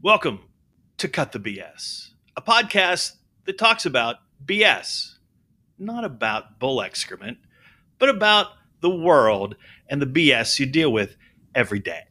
Welcome to Cut the BS, a podcast that talks about BS, not about bull excrement, but about the world and the BS you deal with every day.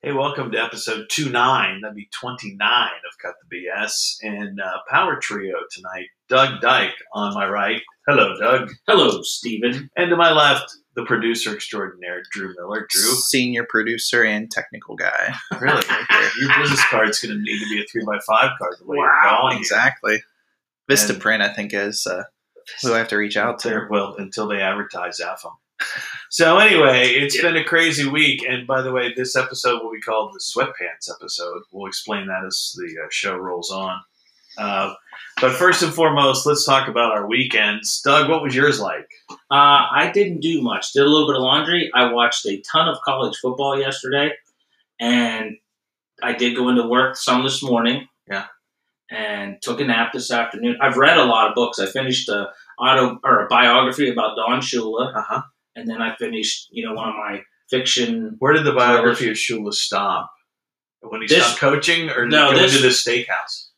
Hey, welcome to episode 29. That'd be 29 of Cut the BS. And uh, Power Trio tonight, Doug Dyke on my right. Hello, Doug. Hello, Steven. And to my left, the producer extraordinaire, Drew Miller. Drew, senior producer and technical guy. really? Your business card's going to need to be a 3x5 card the way Wow, you're going. Exactly. Oh, And- Vistaprint, I think, is uh, who I have to reach out to. There, well, until they advertise Affam. So anyway, it's Yeah. been a crazy week, and by the way, this episode will be called the sweatpants episode. We'll explain that as the uh, show rolls on. Uh, but first and foremost, let's talk about our weekends. Doug, what was yours like? Uh, I didn't do much. Did a little bit of laundry. I watched a ton of college football yesterday, and I did go into work some this morning. Yeah. And took a nap this afternoon. I've read a lot of books. I finished a auto or a biography about Don Shula, Uh huh. and then I finished, you know, one of my fiction. Where did the biography of Shula stop? When he This- stopped coaching, or No, no, this- to the steakhouse?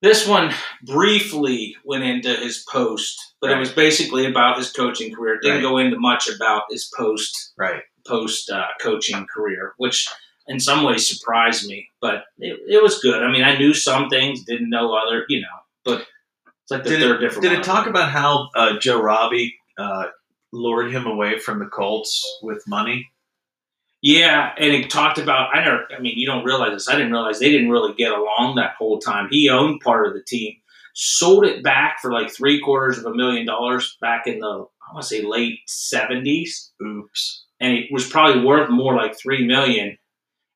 This one briefly went into his post, but it Right. was basically about his coaching career. It didn't Right. go into much about his post Right. post uh, coaching career, which in some ways surprised me, but it, it was good. I mean, I knew some things, didn't know other, you know, but it's like the Did third it, different. did one. it talk about how uh, Joe Robbie uh, lured him away from the Colts with money? Yeah, and it talked about. I never. I mean, you don't realize this. I didn't realize they didn't really get along that whole time. He owned part of the team, sold it back for like three quarters of a million dollars back in the I want to say late seventies. Oops. and it was probably worth more like three million.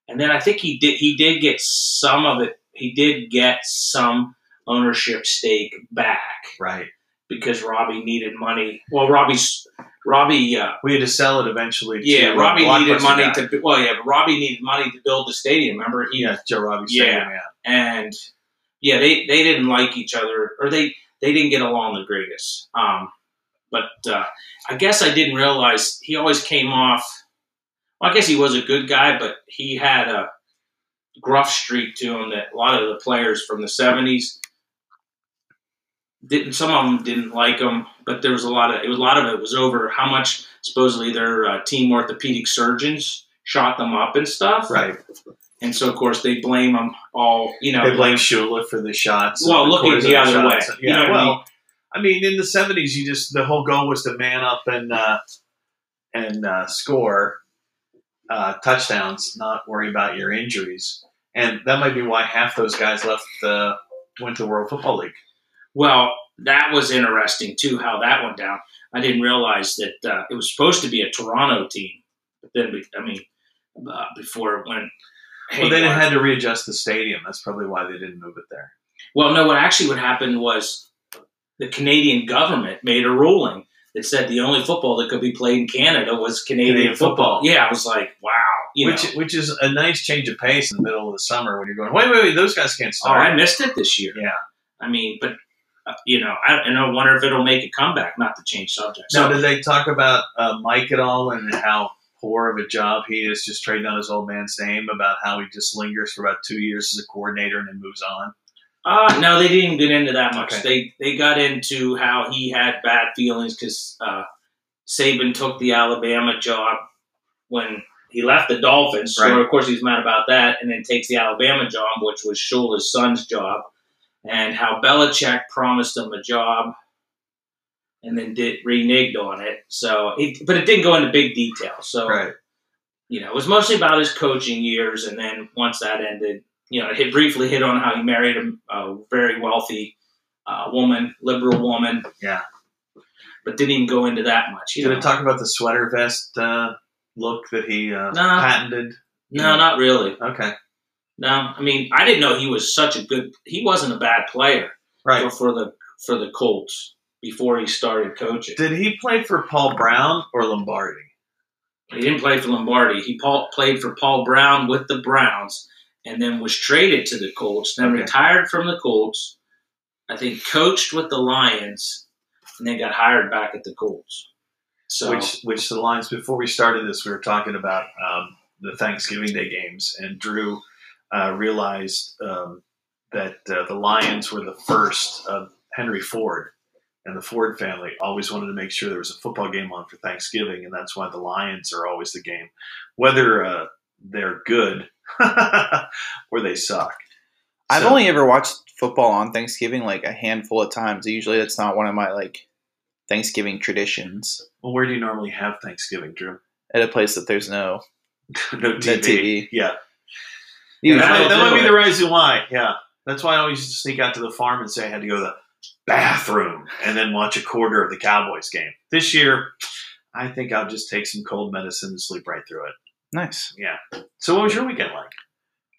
And then I think he did he did get some of it. He did get some ownership stake back Right. because Robbie needed money. Well, Robbie's Robbie, uh, We had to sell it eventually. to, yeah, uh, Robbie needed Blockbuster money guy. to. Well, yeah, but Robbie needed money to build the stadium. Remember, he Yeah, Joe Robbie. Yeah. Stadium, yeah. and yeah, they they didn't like each other or they they didn't get along the greatest. Um, but uh, I guess I didn't realize he always came off. Well, I guess he was a good guy, but he had a gruff streak to him that a lot of the players from the seventies didn't. Some of them didn't like him, but there was a lot of it was a lot of it was over how much supposedly their uh, team orthopedic surgeons shot them up and stuff. Right. And so, of course, they blame them all. You know, They blame Shula for the shots. and well, looking quarters the of other way. shots. You Yeah, know what well, I mean, in the seventies, you just the whole goal was to man up and uh, and uh, score uh, touchdowns, not worry about your injuries, and that might be why half those guys left the went to the World Football League. Well, that was interesting too. How that went down. I didn't realize that uh, it was supposed to be a Toronto team, but then be- I mean, uh, before it went. well, they haywire. had to readjust the stadium. That's probably why they didn't move it there. Well, no. What actually what happened was the Canadian government made a ruling that said the only football that could be played in Canada was Canadian, Canadian football. football. Yeah, I was like, wow. You which know, which is a nice change of pace in the middle of the summer when you're going, wait, wait, wait, those guys can't oh, I start. missed it this year. yeah. I mean, but uh, you know, I, and I wonder if it'll make a comeback. Not to change subjects. Now, did they talk about uh, Mike at all and how poor of a job he is just trading on his old man's name about how he just lingers for about two years as a coordinator and then moves on? Uh, no, they didn't get into that much. They they got into how he had bad feelings because uh, Saban took the Alabama job when he left the Dolphins. So Right. of course he's mad about that, and then takes the Alabama job, which was Shula's son's job, and how Belichick promised him a job, and then did reneged on it. So, it, but it didn't go into big detail. So you know, it was mostly about his coaching years, and then once that ended, you know, it hit, briefly hit on how he married a, a very wealthy uh, woman, liberal woman. Yeah. but didn't even go into that much. You Did know? it talk about the sweater vest uh, look that he uh, Nah. patented? no, not really. Okay, No, I mean, I didn't know he was such a good. He wasn't a bad player right. for, for the for the Colts before he started coaching. Did he play for Paul Brown or Lombardi? He didn't play for Lombardi. He Paul, played for Paul Brown with the Browns, and then was traded to the Colts. Then Okay. retired from the Colts. I think coached with the Lions, and then got hired back at the Colts. So Which which the lines before we started this, we were talking about um, the Thanksgiving Day games, and Drew uh, realized um, that uh, the Lions were the first of Henry Ford and the Ford family always wanted to make sure there was a football game on for Thanksgiving, and that's why the Lions are always the game, whether uh, they're good or they suck. I've So- only ever watched football on Thanksgiving like a handful of times. Usually, that's not one of my like Thanksgiving traditions. Well, where do you normally have Thanksgiving, Drew? At a place that there's no no TV. TV. Yeah. usually, Yeah, that, might, that'll that might do be it. the reason why. Yeah, that's why I always used to sneak out to the farm and say I had to go to the bathroom and then watch a quarter of the Cowboys game. This year, I think I'll just take some cold medicine and sleep right through it. nice, So, what was your weekend like?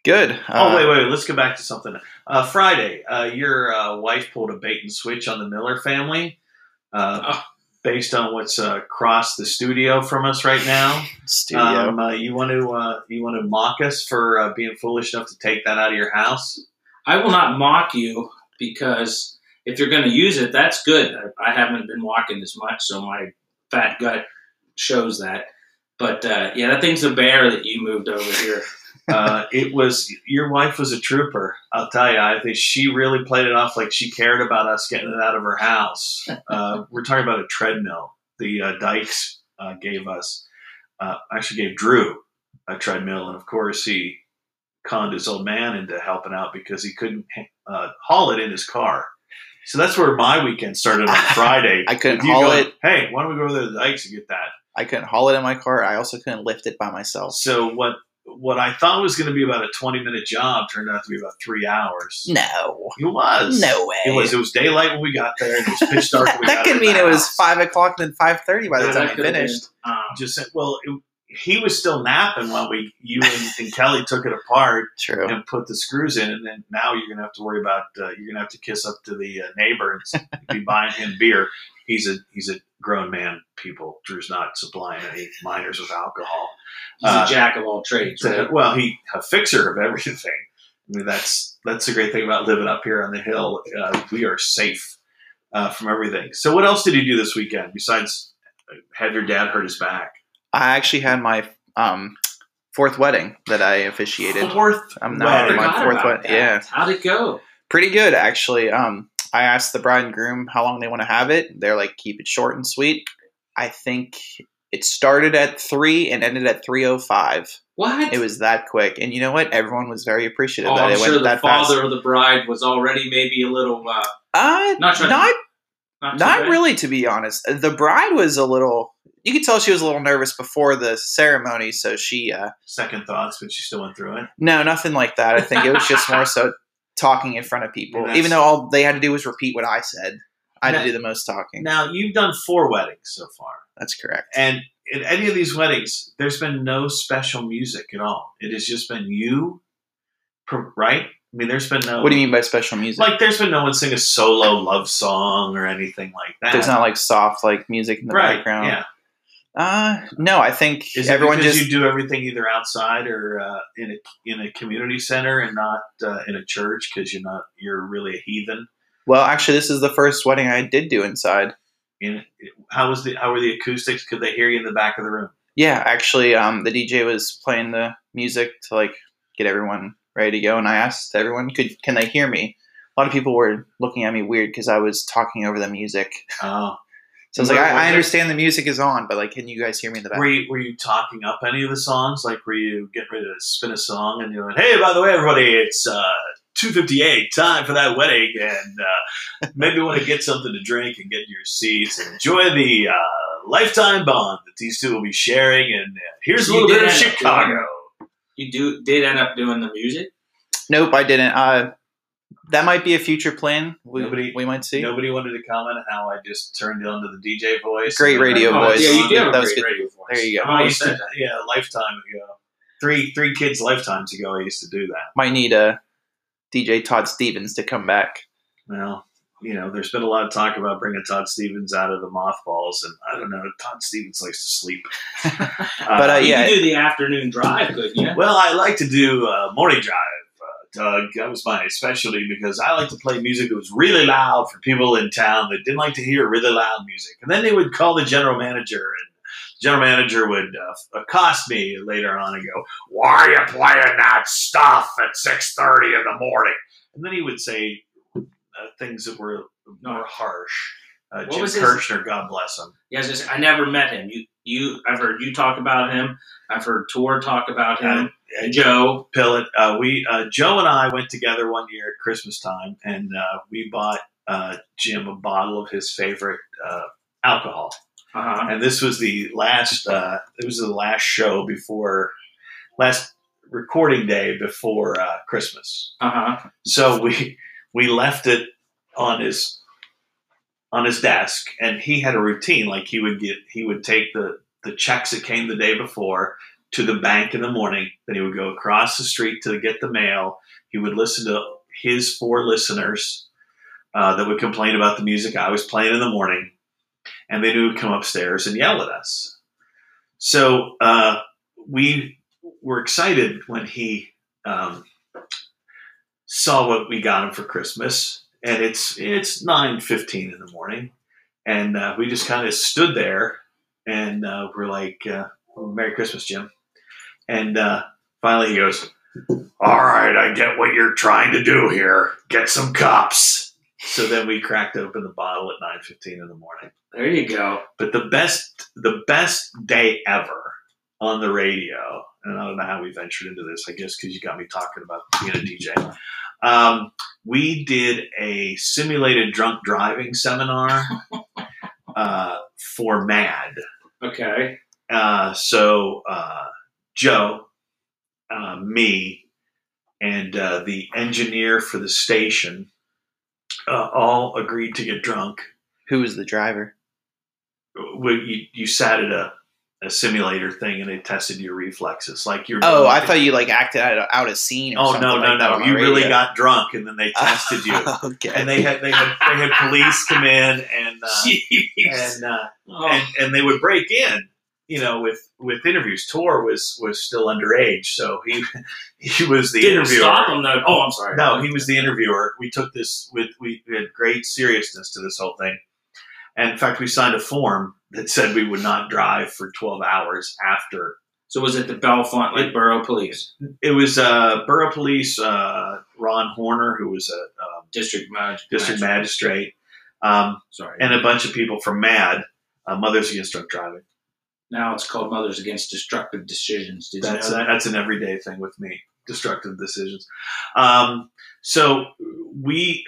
good. oh, Uh, wait, wait, wait. Let's go back to something. Uh, Friday, uh, your uh, wife pulled a bait and switch on the Miller family. Uh, Oh. Based on what's uh, across the studio from us right now, studio. um, uh, you want to uh, you want to mock us for uh, being foolish enough to take that out of your house? I will not mock you because if you're going to use it, that's good. I, I haven't been walking as much, so my fat gut shows that. But uh, yeah, that thing's a bear that you moved over here. uh, it was your wife was a trooper. I'll tell you. I think she really played it off like she cared about us getting it out of her house. Uh, we're talking about a treadmill. The uh, Dykes uh, gave us, uh, actually gave Drew a treadmill, and of course he conned his old man into helping out because he couldn't uh, haul it in his car. So that's where my weekend started on Friday. I couldn't With you haul going, it. Hey, why don't we go over to the Dykes and get that? I couldn't haul it in my car. I also couldn't lift it by myself. So what what I thought was going to be about a twenty minute job turned out to be about three hours. No, It was Mm. no way. It was it was daylight when we got there. and It was pitch dark. that when we that got could in mean the it was house. five o'clock then five thirty by the That time I could've been, finished. um, Just said, well, it, he was still napping while we you and, and Kelly took it apart True. and put the screws in, and then now you're gonna have to worry about uh, you're gonna have to kiss up to the uh, neighbor and s- be buying him beer. He's a he's a grown man. People, Drew's not supplying any minors with alcohol. he's Uh, a jack of all trades. to- right? well, he a fixer of everything. I mean, that's that's the great thing about living up here on the hill. Uh, we are safe uh, from everything. So, what else did you do this weekend besides uh, have your dad hurt his back? I actually had my um, fourth wedding that I officiated. Fourth, I'm I now wedding. in my forgot fourth about one. that. Yeah, How'd it go? pretty good actually. Um, I asked the bride and groom how long they want to have it. They're like, keep it short and sweet. I think it started at three and ended at three o five. What? It was that quick, and you know what? Everyone was very appreciative oh, that I'm it sure went the that father fast. of the bride was already maybe a little uh, Uh, Not sure- not not, too Not bad. really, to be honest. The bride was a little. You could tell she was a little nervous before the ceremony, so she. Uh, second thoughts, but she still went through it. no, nothing like that. I think it was just more so talking in front of people. That's- Even though all they had to do was repeat what I said, I had Now- to do the most talking. Now, you've done four weddings so far, That's correct. and in any of these weddings, there's been no special music at all. It has just been you, per- right? I mean, there's been no. What do you mean by special music? Like, there's been no one sing a solo love song or anything like that. There's not like soft like music in the right, background. Yeah. Uh, no, I think Is everyone it because just. you do everything either outside or uh, in a in a community center and not uh, in a church because you're not you're really a heathen. well, actually, this is the first wedding I did do inside. In, how was the how were the acoustics? Could they hear you in the back of the room? Yeah, actually, um, the DJ was playing the music to like get everyone ready to go, and I asked everyone, "Could can they hear me?" A lot of people were looking at me weird because I was talking over the music. Oh, So I was like, Were- were I, I there- understand the music is on, but like, can you guys hear me in the back? were you were you talking up any of the songs? Like were you getting ready to spin a song and you're like, hey, by the way, everybody, it's uh, two fifty eight, time for that wedding, and uh, maybe want to get something to drink and get to your seats and enjoy the uh, lifetime bond that these two will be sharing. And uh, here's a You little bit did of end up doing Chicago. You do did end up doing the music. Nope, I didn't. Uh, that might be a future plan. We, Nobody- we might see. Nobody wanted to comment on how I just turned onto the DJ voice. Great radio Oh, voice. Yeah, you do have a That was great good. radio voice. There you go. um, I I used to, said that. yeah, a lifetime ago. Three three kids lifetimes ago, I used to do that. Might need a DJ Todd Stevens to come back. Well, you know, there's been a lot of talk about bringing Todd Stevens out of the mothballs, and I don't know. Todd Stevens likes to sleep. But, uh, You yeah. could do the afternoon drive, couldn't you? Well, I like to do uh, morning drive, uh, Doug. That was my specialty because I like to play music that was really loud for people in town that didn't like to hear really loud music. And then they would call the general manager, and the general manager would uh, accost me later on and go, "Why are you playing that stuff at six thirty in the morning?" And then he would say uh, things that were more harsh. Uh, What Jim was his- Kirshner, God bless him. Yeah, I, was gonna say, I never met him. You, you, I've heard you talk about him. I've heard Tor talk about him. Yeah. Joe. Pilot. Uh, we uh, Joe and I went together one year at Christmas time, and uh, we bought uh, Jim a bottle of his favorite uh, alcohol. Uh-huh. And this was the last. Uh, it was the last show before last recording day before uh, Christmas. Uh-huh. So we we left it on his on his desk, and he had a routine. Like he would get, he would take the the checks that came the day before to the bank in the morning. Then he would go across the street to get the mail. He would listen to his four listeners uh, that would complain about the music I was playing in the morning, and then he would come upstairs and yell at us. So uh, we were excited when he um, saw what we got him for Christmas, and it's it's nine fifteen in the morning, and uh, we just kind of stood there, and uh, we're like, uh, "Merry Christmas, Jim," and uh, finally he goes, "All right, I get what you're trying to do here. Get some cups." So then we cracked open the bottle at nine fifteen in the morning. There you go. But the best the best day ever on the radio, and I don't know how we ventured into this. I guess because you got me talking about being a DJ. Um, we did a simulated drunk driving seminar uh, for MAD. Okay. Uh, so uh, Joe, uh, me, and uh, the engineer for the station uh, all agreed to get drunk Who was the driver? when you, you sat at a, a simulator thing and they tested your reflexes. Like you're Oh, I thought you like acted out, out a scene. Or Oh something no, no, like that no! on the You really radio. got drunk and then they tested you. okay. And they had they had they had police come in and uh, Jeez. and, uh, Oh, and and they would break in, you know, with with interviews. Tor was was still underage, so he he was the didn't interviewer. stop him though. Oh, I'm sorry. No, he was the interviewer. We took this with we we had great seriousness to this whole thing, and in fact, we signed a form that said we would not drive for twelve hours after. So was it the Belfont like Borough Police It was uh, borough police uh, Ron Horner, who was a um, District Manager? district magistrate, um, Sorry. and a bunch of people from MAD, uh, Mothers Against Drunk Driving. now it's called Mothers Against Destructive Decisions. Did That's you know that? that's an everyday thing with me. Destructive decisions. Um, so we,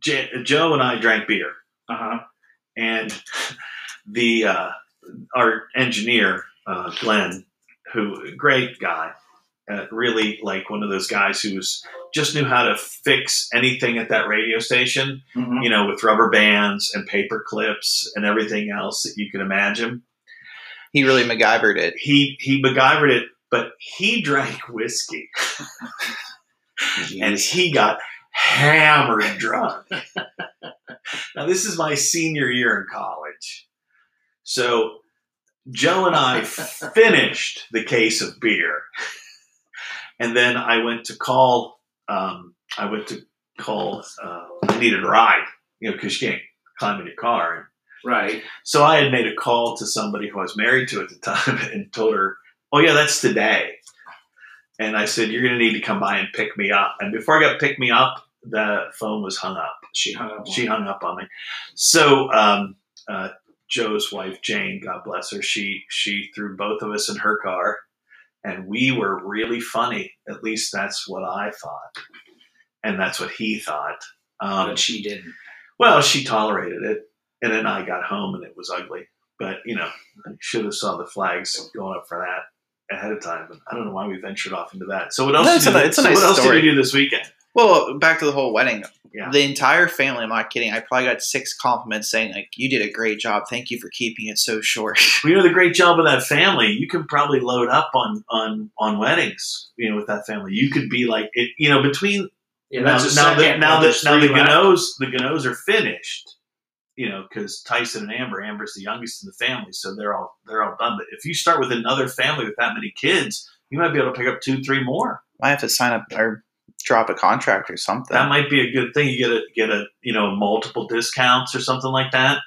J- Joe and I drank beer. Uh huh. and the uh, our engineer uh, Glenn, who great guy, uh, really like one of those guys who was just knew how to fix anything at that radio station. Mm-hmm. You know, with rubber bands and paper clips and everything else that you can imagine. he really MacGyvered it. He he MacGyvered it, but he drank whiskey and he got hammered drunk. now, this is my senior year in college. So, Joe and I finished the case of beer. And then I went to call, um, I went to call, uh, I needed a ride, you know, because you can't climb in your car. Right. So I had made a call to somebody who I was married to at the time and told her, "Oh yeah, that's today." And I said, "You're going to need to come by and pick me up." And before I got pick me up, the phone was hung up. She hung up. on She hung up on me. So um, uh, Joe's wife Jane, God bless her, she she threw both of us in her car, and we were really funny. At least that's what I thought, and that's what he thought. him, Um, but she didn't. well, she tolerated it, and then I got home and it was ugly. But you know, I should have saw the flags going up for that ahead of time. But I don't know why we ventured off into that. So what else? No, did it's you a- do- it's a so nice what else story. did you do this weekend? Well, back to the whole wedding. Yeah. The entire family, I'm not kidding, I probably got six compliments saying, like, you did a great job. Thank you for keeping it so short. Well, you know the great job of that family. You can probably load up on on on weddings. You know, with that family, you could be like, it, you know, between Yeah, now, that's a now second. that now that There's now the three left. Ganoes the Ganoes are finished. You know, because Tyson and Amber, Amber's the youngest in the family, so they're all they're all done. But if you start with another family with that many kids, you might be able to pick up two, three more. I have to sign up or drop a contract or something. That might be a good thing. You get a get a you know multiple discounts or something like that.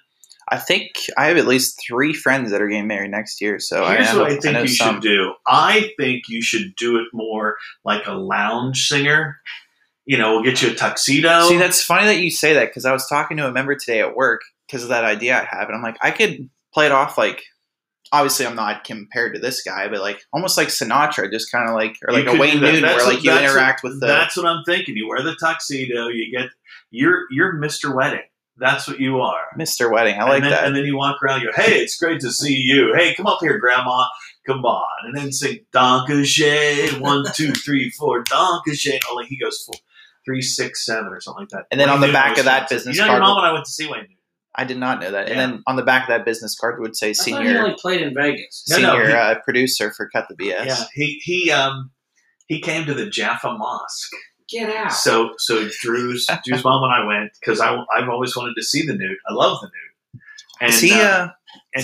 I think I have at least three friends that are getting married next year. So Here's Oh, I know, what I think know you some. should do. I think you should do it more like a lounge singer. You know, we'll get you a tuxedo. See, that's funny that you say that because I was talking to a member today at work because of that idea I have, and I'm like, I could play it off like. Obviously, I'm not compared to this guy, but like almost like Sinatra, just kind of like or You like could a do Wayne that. Newton, That's where what- like you that's what- interact with the. That's what I'm thinking. You wear the tuxedo. You get you're you're Mr. Wedding. That's what you are. Mr. Wedding. I like and then, that. And then you walk around. You go, hey, it's great to see you. Hey, come up here, Grandma. Come on. And then sing Donkashay. One, two, three, four. Donkashay. Only he goes four, three, six, seven, or something like that. And then Wayne on the Newton back was of that fancy. business you know, card Your mom was- and I went to see Wayne. Newton. I did not know that. And Yeah. then on the back of that business card would say I thought he senior only played in Vegas. No, no, senior he- uh, producer for Cut the BS. Yeah, he he um he came to the Jaffa Mosque. Get out. So so Drew's Drew's mom and I went because I I've always wanted to see the nude. I love the nude. And, is he? Uh, uh, is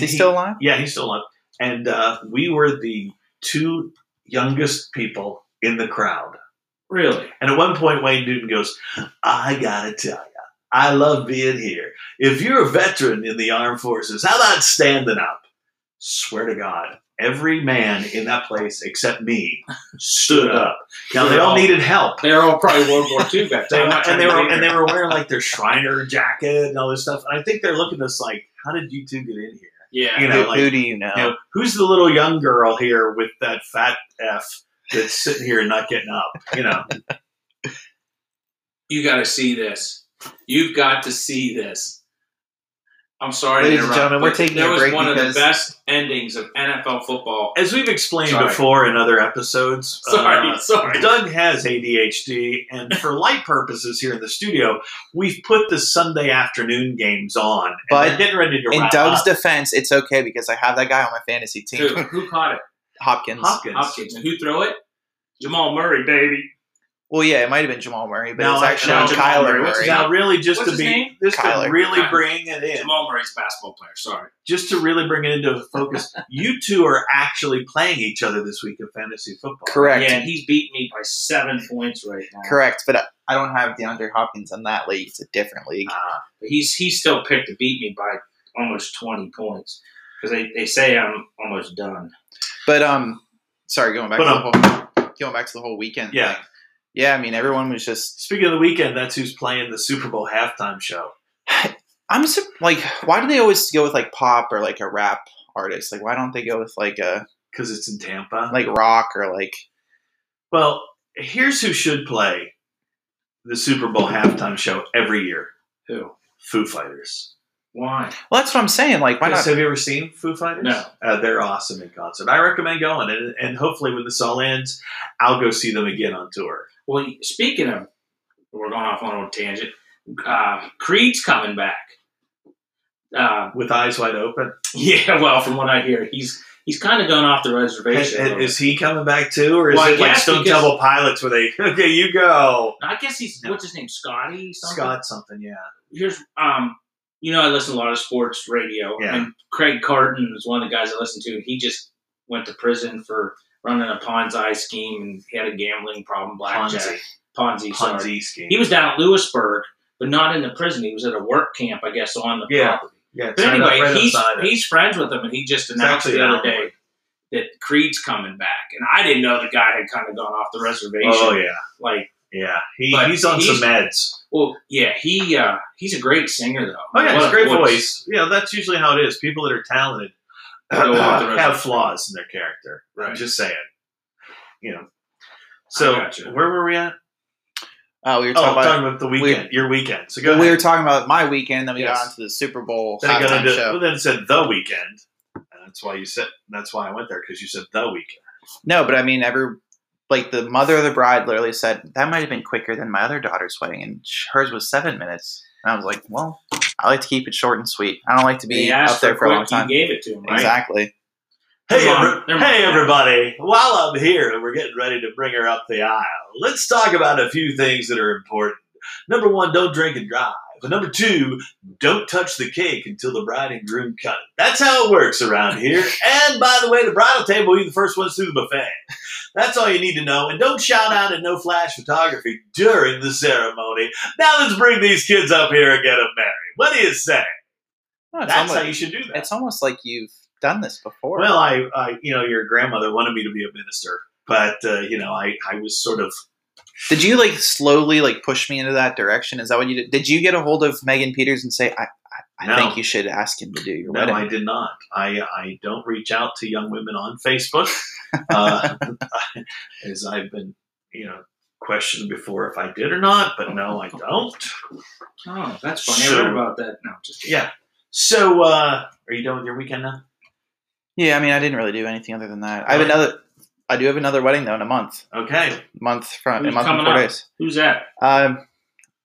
and he, still alive? Yeah, he's still alive. And uh, we were the two youngest people in the crowd. Really? And at one point, Wayne Newton goes, "I gotta tell you." I love being here. If you're a veteran in the armed forces, how about standing up? Swear to God, every man in that place except me stood up. Now they all needed help. They're all probably World War II back They, then. and they were and they were wearing like their Shriner jacket and all this stuff. And I think they're looking at us like, how did you two get in here? yeah. you know, who, like- who do you know? You know, who's the little young girl here with that fat F that's sitting here and not getting up? You know, You got to see this. You've got to see this. I'm sorry, Ladies to and interrupt, gentlemen, we're but taking there a was break one of because- the best endings of NFL football. as we've explained Sorry. before in other episodes. Sorry, uh, sorry. Doug has ADHD, and for light purposes here in the studio, we've put the Sunday afternoon games on. and But they're getting ready to In wrap Doug's up. defense, it's okay because I have that guy on my fantasy Who, team, who caught it? Hopkins. Hopkins. Hopkins. And who threw it? Jamal Murray, baby. Well, yeah, it might have been Jamal Murray, but No, it was I- actually no, Jamal Kyler Murray. Murray. What's his Now, really, just What's to his be, name? just to Kyler. really Kyler. bring it in, Jamal Murray's a basketball player. Sorry. just to really bring it into focus, you two are actually playing each other this week in fantasy football. Correct, Yeah, and he's beat me by seven points right now. correct. But I, I don't have DeAndre Hopkins in that league. It's a different league. Ah, But he's he's still picked to beat me by almost 20 points because they, they say I'm almost done. But um, sorry, going back But, um, to the whole going back to the whole weekend. Yeah. thing. yeah. I mean, everyone was just speaking of the weekend, that's who's playing the Super Bowl halftime show. I'm sur- like, why do they always go with like pop or like a rap artist? Like, why don't they go with like a because it's in Tampa. like rock or like? well, here's who should play the Super Bowl halftime show every year: Who? Foo Fighters. Why? Well, that's what I'm saying. Like, why Yes, not? have you ever seen Foo Fighters? No. uh, they're awesome in concert. I recommend going, and, and hopefully, when this all ends, I'll go see them again on tour. Well, speaking of, we're going off on a little tangent. Uh, Creed's coming back. Uh, With eyes wide open, yeah, well, from what I hear, he's he's kind of gone off the is, reservation. a little is he coming back too, or is Well, I it like guess Stone because- Temple Pilots where they okay, you go, bit. I guess he's what's his name, Scotty. Something? Scott something, yeah, Here's um, you know, I listen to a lot of sports radio, Yeah. and Craig Carton is one of the guys I listen to. and He just went to prison for running a Ponzi scheme, and he had a gambling problem, Ponzi, blackjack, Ponzi, sorry. Ponzi scheme. He was down at Lewisburg, but not in the prison. He was at a work camp, I guess, on the Yeah. property. yeah, But it's right anyway, up- right he's, outside of- he's friends with him, and he just announced actually the other down the day that Creed's coming back. And I didn't know the guy had kind of gone off the reservation. oh yeah, Like, yeah, he, But he's on he's- some meds. well, yeah, he uh, he's a great singer though. Oh yeah, What it's a a great voice. Yeah, that's usually how it is. People that are talented Go off the have reservation. flaws in their character. I'm Right. just saying. You know. So I gotcha. where were we at? Uh, we were oh, talking about. talking about the weekend. weird. Your weekend. So go well, ahead. we were talking about my weekend. Then we Yes. got onto the Super Bowl then it got halftime into show. well, then it said the weekend. And that's why you said that's why I went there because you said the weekend. No, but I mean, every like the mother of the bride literally said that might have been quicker than my other daughter's wedding, and hers was seven minutes. And I was like, well, I like to keep it short and sweet. I don't like to They be asked up there for a quick, long time. You gave it to him, right? Exactly. Hey, Come on, every- never mind. hey, everybody! While I'm here and we're getting ready to bring her up the aisle, let's talk about a few things that are important. Number one, don't drink and drive. And number two, don't touch the cake until the bride and groom cut it. That's how it works around here. And by the way, the bridal table will be the first ones through the buffet. That's all you need to know. And don't shout out at no flash photography during the ceremony. Now let's bring these kids up here and get them married. What do you say? No, it's, That's almost, how you should do that. it's almost like you've done this before. Well, I, I, you know, your grandmother wanted me to be a minister, but uh, you know, I, I was sort of Did you like slowly like push me into that direction? Is that what you did? Did you get a hold of Megan Peters and say, I, I, I No. think you should ask him to do your no, wedding? I did not. I, I don't reach out to young women on Facebook, uh, as I've been, you know, questioned before if I did or not. But no, I don't. Oh, that's funny. So- I read about that. No, just kidding. Yeah. So, uh, are you done with your weekend now? yeah, I mean, I didn't really do anything other than that. I have another, I do have another wedding though in a month, Okay. month from a Who's month and coming four up? days. Who's that? Um,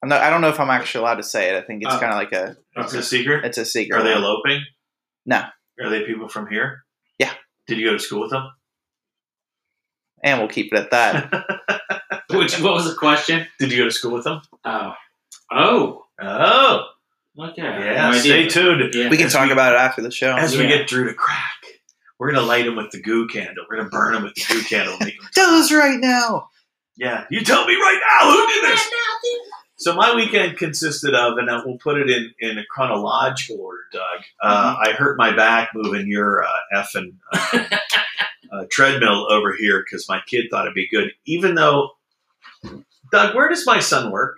I'm not, I don't know if I'm actually allowed to say it. I think it's Oh. kind of like a, It's Okay. a secret. it's a secret. Are they one. eloping? No. Are they people from here? Yeah. Did you go to school with them? And we'll keep it at that. Which, what was the question? Did you go to school with them? Oh, oh, Oh, okay. yeah. No Stay idea. tuned. Yeah. we can As talk we- about it after the show. As we Yeah. get Drew to crack, we're gonna light him with the goo candle. We're gonna burn him with the goo candle. Make him, Tell us right now. yeah, you tell me right now who did this. So my weekend consisted of, and uh, we'll put it in in a chronological order. Doug, uh, I hurt my back moving your uh, effing uh, uh, treadmill over here because my kid thought it'd be good, even though. Doug, where does my son work?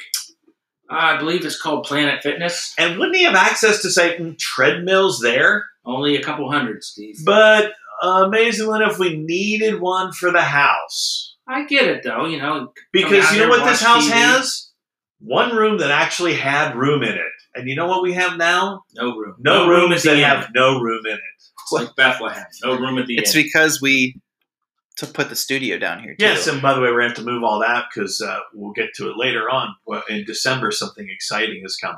I believe it's called Planet Fitness. And wouldn't he have access to say mm, treadmills there? Only a couple hundred, Steve. But uh, amazingly enough, we needed one for the house. I get it though. You know, Come Because down you know there, what this watch house TV. has? One room that actually had room in it. And you know what we have now? no room. No, rooms at that the end. have no room in it. It's like Bethlehem. No room at the It's end. because we to put the studio down here. Too. Yes, and by the way, we're going to have to move all that because uh, we'll get to it later on. Well, In December, something exciting is coming.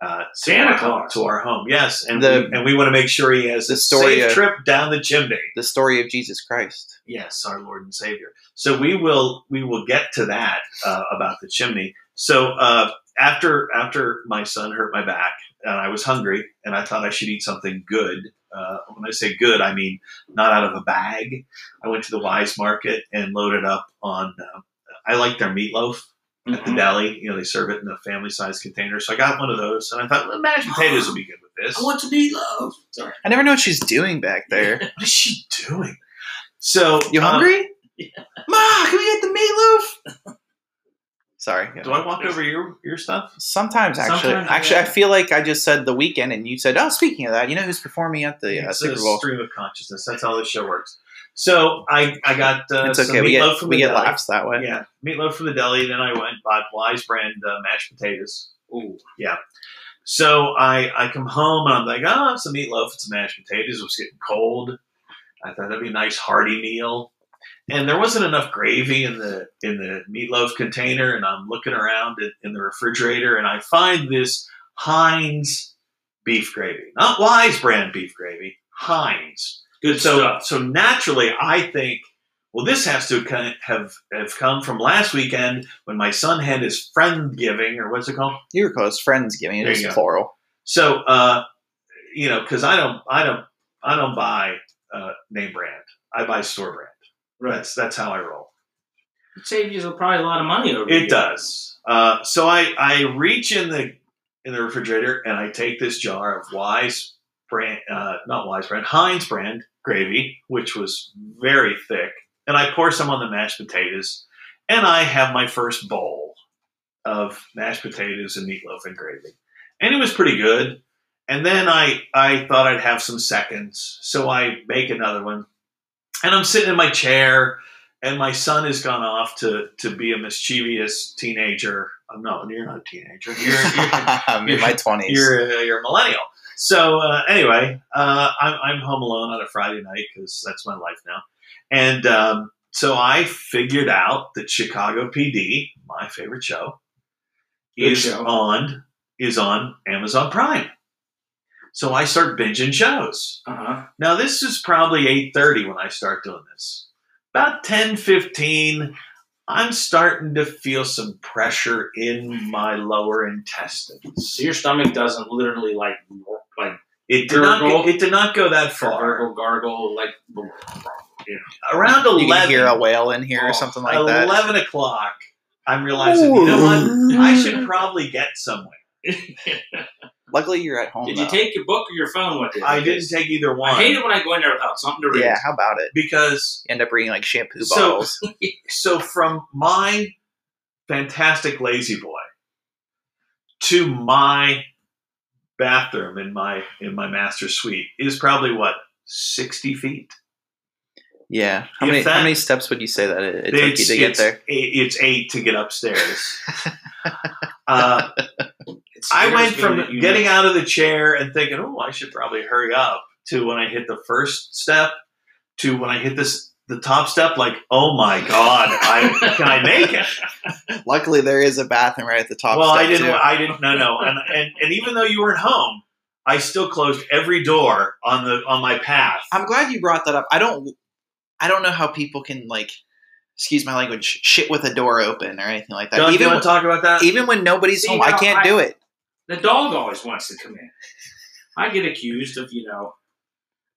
Uh, to Santa our- Claus. to our home, yes, and The- we, and we want to make sure he has the a story safe of- trip down the chimney. the story of Jesus Christ. Yes, our Lord and Savior. So we will we will get to that uh, about the chimney. So uh, after after my son hurt my back and I was hungry and I thought I should eat something good. Uh, when I say good, I mean not out of a bag. I went to the Wise Market and loaded up on. Uh, I like their meatloaf at the Mhm. deli. You know they serve it in a family sized container. So I got one of those and I thought well, mashed potatoes will be good with this. I want to be loved. Sorry. I never know what she's doing back there. What is she doing? So You um, hungry? Ma, can we get the meatloaf? Sorry. do I walk over your your stuff? Sometimes actually, Sometimes, actually, yeah. I feel like I just said the weekend, and you said, "Oh, speaking of that, you know who's performing at the uh, it's Super a Bowl?" stream of consciousness. That's how this show works. So I, I got uh, It's some okay. We meatloaf get from we the get deli. laughs that way. Yeah, meatloaf from the deli. Then I went and bought Wise brand uh, mashed potatoes. Ooh. So I, I come home and I'm like, oh, it's a meatloaf, it's mashed potatoes. It was getting cold. I thought that'd be a nice hearty meal. And there wasn't enough gravy in the in the meatloaf container, and I'm looking around in, in the refrigerator, and I find this Heinz beef gravy, not Wise brand beef gravy, Heinz. Good so stuff. so naturally, I think, well, this has to kind of have have come from last weekend when my son had his friend giving, or what's it called? You were close. Friends giving it There is you go. plural. So, uh, you know, because I don't, I don't, I don't buy uh, name brand. I buy store brand. That's that's how I roll. It saves you probably a lot of money over It does. Uh, so I I reach in the in the refrigerator and I take this jar of Wise brand, uh, not Wise brand, Heinz brand gravy, which was very thick, and I pour some on the mashed potatoes, and I have my first bowl of mashed potatoes and meatloaf and gravy, and it was pretty good. And then I I thought I'd have some seconds, so I make another one, and I'm sitting in my chair and my son has gone off to to be a mischievous teenager. I'm not. You're not a teenager. You're you're I'm in my twenties. you're, uh, you're a millennial. So uh, anyway, uh, I'm I'm home alone on a Friday night because that's my life now, and um, So I figured out that Chicago PD, my favorite show, Good is show. on is on Amazon Prime. So I start binging shows. Uh huh. Now this is probably 8:30 when I start doing this. About 10:15, I'm starting to feel some pressure in my lower intestines. So your stomach doesn't literally like like It did not go, Gurgle. it did not go that far. gargle gargle like. Around You can hear 11 a whale in here Oh, or something like at that. 11 o'clock, I'm realizing, you know what? I should probably get somewhere. Luckily, you're at home. Did though. you take your book or your phone with you? Oh, I didn't take either one I hate it when I go in there without something to read. yeah, how about it? because End up reading like shampoo So- bottles. so from my fantastic lazy boy to my bathroom in my in my master suite is probably what 60 feet yeah. How If many, that- how many steps would you say that it, it took you to get it's, there? eight, it's eight to get upstairs uh, It I went scares me that from you getting know- out of the chair and thinking, "Oh, I should probably hurry up," to when I hit the first step, to when I hit this the top step, like, "Oh my god, I can I make it?" Luckily, there is a bathroom right at the top. well, step, I didn't. too. I didn't. No, no. And, and and even though you weren't home, I still closed every door on the on my path. I'm glad you brought that up. I don't. I don't know how people can like, excuse my language, shit with a door open or anything like that. Don't you even want to talk about that? when- even when nobody's See, home, now I can't I- do it. The dog always wants to come in. I get accused of, you know,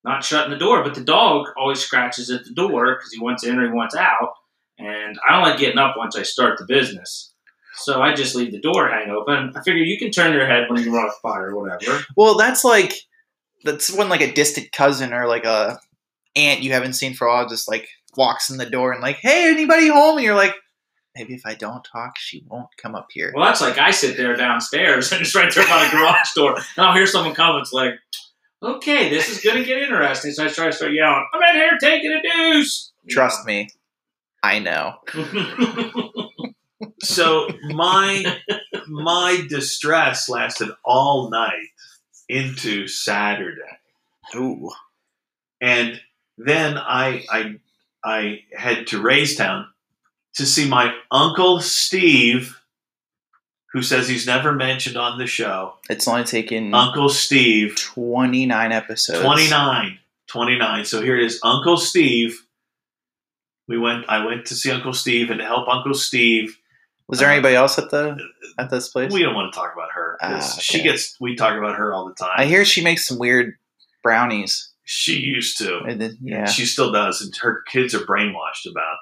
not shutting the door, but the dog always scratches at the door because he wants in or he wants out. And I don't like getting up once I start the business. So I just leave the door hang open. I figure you can turn your head when you run a fire or whatever. Well, that's like that's when like a distant cousin or like a aunt you haven't seen for a while just like walks in the door and like, hey, anybody home? And you're like, maybe if I don't talk, she won't come up here. Well, that's like I sit there downstairs and it's right there by the garage door. And I'll hear someone come. It's like, okay, this is going to get interesting. So I try to start yelling, I'm in here taking a deuce. Uh, Trust me, I know. so my my distress lasted all night into Saturday. Ooh, and then I I I head to Raystown to see my uncle Steve, who says he's never mentioned on the show. it's only taken Uncle Steve, 29 episodes. 29, 29. So here it is, Uncle Steve. We went. I went to see Uncle Steve and to help Uncle Steve. Was there Uh, anybody else at the at this place? We don't want to talk about her. 'cause Ah, She okay. gets. We talk about her all the time. I hear she makes some weird brownies. she used to. And then- yeah. She still does, and her kids are brainwashed about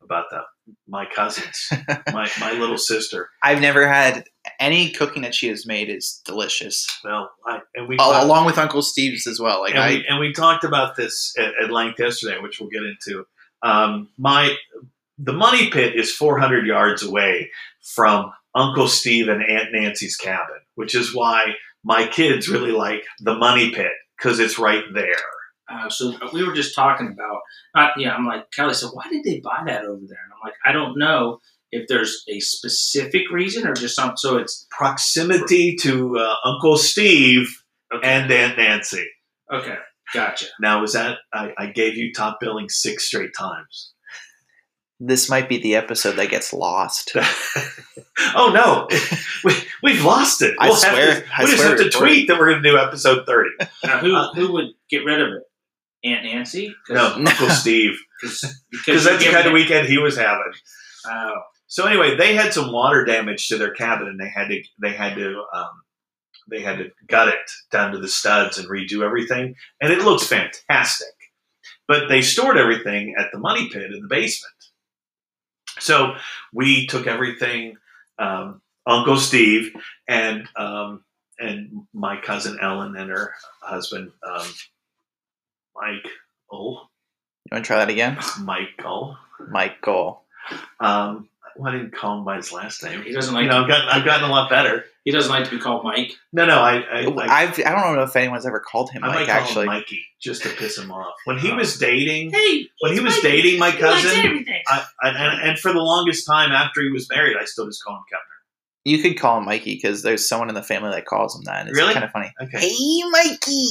about that. My cousins, my my little sister. I've never had any cooking that she has made is delicious. Well, I, and we Al- talked- along with Uncle Steve's as well. Like and, I we, and we talked about this at, at length yesterday, which we'll get into. Um, my the money pit is 400 yards away from Uncle Steve and Aunt Nancy's cabin, which is why my kids really like the money pit because it's right there. Uh, so we were just talking about, uh, yeah, I'm like, Kelly said, why did they buy that over there? And I'm like, I don't know if there's a specific reason or just something. So it's, Proximity to uh, Uncle Steve and Aunt Nancy. okay, gotcha. Now, was that I, I gave you top billing six straight times? this might be the episode that gets lost. oh no, we, we've lost it. I have swear- to, I we just swear have to it- tweet that we're going to do episode thirty. Now, who, who would get rid of it? Aunt Nancy? Uh, No, Uncle Steve, because Because that's the kind of weekend he was having. Oh, So anyway, they had some water damage to their cabin, and they had to they had to um, they had to gut it down to the studs and redo everything, and it looks fantastic. But they stored everything at the money pit in the basement. So we took everything, um, Uncle Steve and um, and my cousin Ellen and her husband um, Mike. Oh, You want to try that again? Mike. Oh, Michael. um, well, I didn't call him by his last name. he doesn't like you know, I've gotten I've gotten a lot better. he doesn't like to be called Mike. No, no, I I, I, I've, I don't know if anyone's ever called him I might Mike, call actually. Oh. him Mikey just to piss him off. When he was dating, Hey, when he was dating my cousin, Uh, I, I, and, and for the longest time after he was married, I still just call him Kevin. You could call him Mikey because there's someone in the family that calls him that. And it's Really? kind of funny. Okay, Hey, Mikey.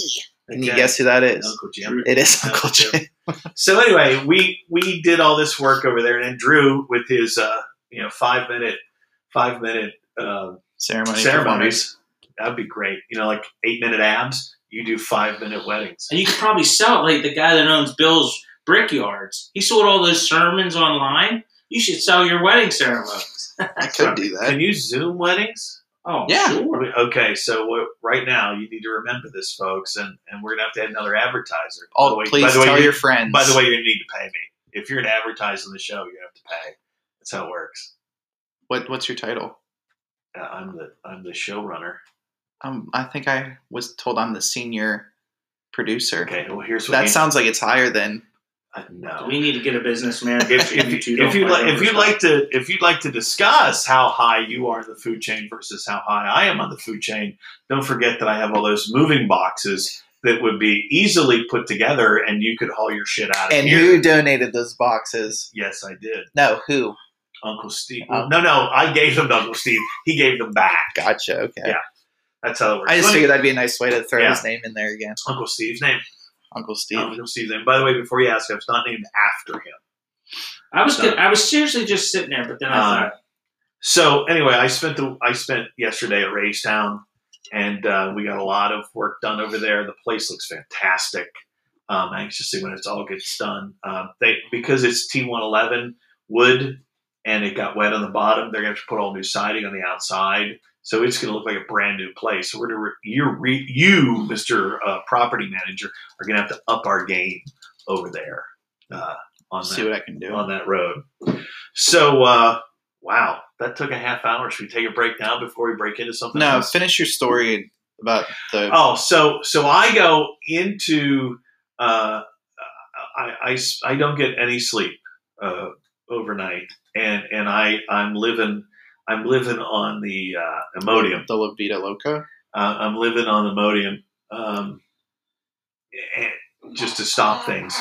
Can you Okay. guess who that is? Uncle Jim. It is No, Uncle Jim. Jim. So anyway, we we did all this work over there, and then Drew with his uh, you know five minute five minute uh, Ceremony. ceremonies. That'd be great. You know, like eight minute abs. You do five minute weddings. And you could probably sell it like the guy that owns Bill's Brickyards. He sold all those sermons online. You should sell your wedding ceremonies. I could do that. Can you Zoom weddings? Oh, Yeah. sure. Okay, so what, right now you need to remember this, folks, and, and we're gonna have to add another advertiser. By the Oh, way- please by the way, tell you- your friends. By the way, you're gonna need to pay me if you're gonna advertise on the show. You have to pay. That's how it works. what what's your title? Uh, I'm the I'm the showrunner. Um, I think I was told I'm the senior producer. Okay, well here's what That you- sounds like it's higher than. Uh, no. We need to get a businessman. if, if, two if don't you fight like, if over you'd stuff. like to if you'd like to discuss how high you are in the food chain versus how high I am on the food chain, don't forget that I have all those moving boxes that would be easily put together, and you could haul your shit out of And Uh, here. who donated those boxes? Yes, I did, No, who? Uncle Steve. Oh. no, no, I gave them to Uncle Steve. He gave them back. Gotcha. Okay. Yeah. That's how it works. I just Let me- figured that'd be a nice way to throw Yeah. Um, his name in there again, Uncle Steve's name. Uncle Steve. Uncle Steve's name. By the way, before you ask, I was not named after him. I was So- I was seriously just sitting there, but then I Um, thought, So anyway, I spent the I spent yesterday at Raystown, and uh, we got a lot of work done over there. The place looks fantastic. Um, anxious to see when it's all gets done. Um, they because it's T one eleven wood, and it got wet on the bottom. They're gonna have to put all new siding on the outside, so it's gonna look like a brand new place. So we're gonna re- you re- you Mister uh, Property Manager are gonna have to up our game over there uh, on that See what I can do. on that road. So, uh, wow, that took a half hour. Should we take a break now before we break into something? No, else? finish your story about the. Oh, so so I go into uh, I, I s- I don't get any sleep uh, overnight, and and I I'm living I'm living on the uh, Imodium. The La Vida Loca. Uh, I'm living on Imodium um, and- just to stop things.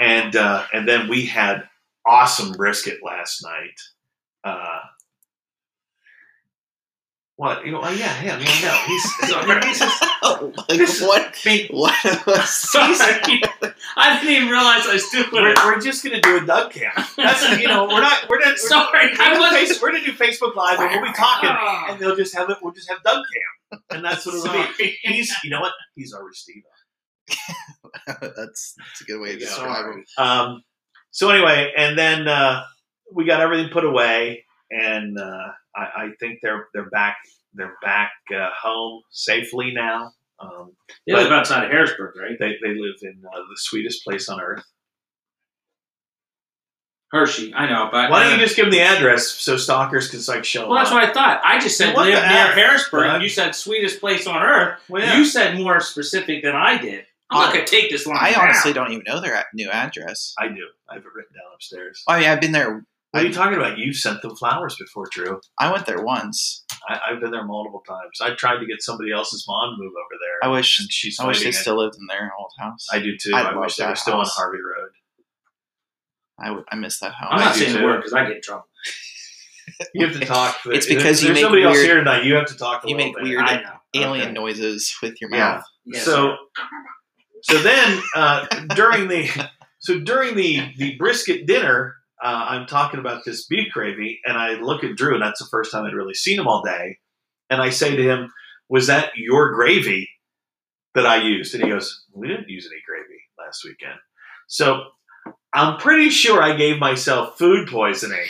And uh, and then we had awesome brisket last night. Uh, what? You know, oh, yeah, him. Yeah, no, he's, he's just- Oh, like what? What was? sorry. I didn't even realize I was doing we're, it. we're just gonna do a Doug cam. That's you know, we're not we're not Sorry, We're, I gonna, wasn't- Oh. face, we're gonna do Facebook Live and we'll be talking, and they'll just have it. We'll just have Doug cam, and that's what it'll be. Sorry. He's you know what? He's our receiver. that's, that's a good way to Yeah. describe it. Um, so anyway, and then uh, we got everything put away, and uh, I, I think they're they're back they're back uh, home safely now. Um, They live outside of Harrisburg, right? they they live in uh, the sweetest place on earth. Hershey, I know, but uh, Why don't you just give them the address so stalkers can like show Well, that's up? what I thought. I just said What live the near F, Harrisburg. bud? and You said sweetest place on earth. Well, yeah. You said more specific than I did. I'm Oh. not gonna take this long. I honestly don't even know their a- new address. I do. I have it written down upstairs. I mean, I've been there. What are you talking about? You sent them flowers before, Drew. I went there once. I, I've been there multiple times. I tried to get somebody else's mom to move over there, I wish. and she's I wish fighting they it. still lived in their old house. I do too. I I, love wish they were that still house. on Harvey Road. I, would- I miss that house. I'm I not do saying too. the word because I get in trouble. You have to talk. It's because you There's make somebody else weird- here tonight. You have to talk. A you little make bit. weird I know. alien Okay. noises with your Yeah. mouth. Yes. So, so then uh, during the so during the the brisket dinner, uh, I'm talking about this beef gravy, and I look at Drew, and that's the first time I'd really seen him all day, and I say to him, "Was that your gravy that I used?" And he goes, "We didn't use any gravy last weekend." So I'm pretty sure I gave myself food poisoning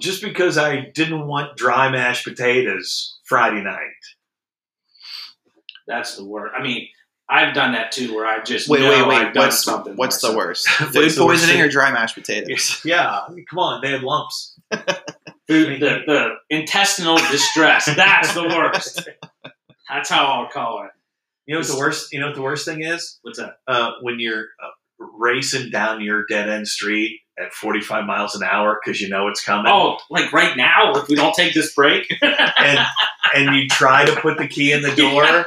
just because I didn't want dry mashed potatoes Friday night. that's the word. I mean, I've done that too, where I've just Wait, know wait, I've wait. done What's something. what's the worse. worst? What's Food the worst poisoning thing? or dry mashed potatoes? Yeah, I mean, come on, they had lumps. The, the, the intestinal distress. That's the worst. That's how I'll call it. You know what the worst? You know what the worst thing is? What's that? Uh, when you're uh, racing down your dead end street at 45 miles an hour because you know it's coming, Oh, like right now, if we don't take this break. and and you try to put the key in the door,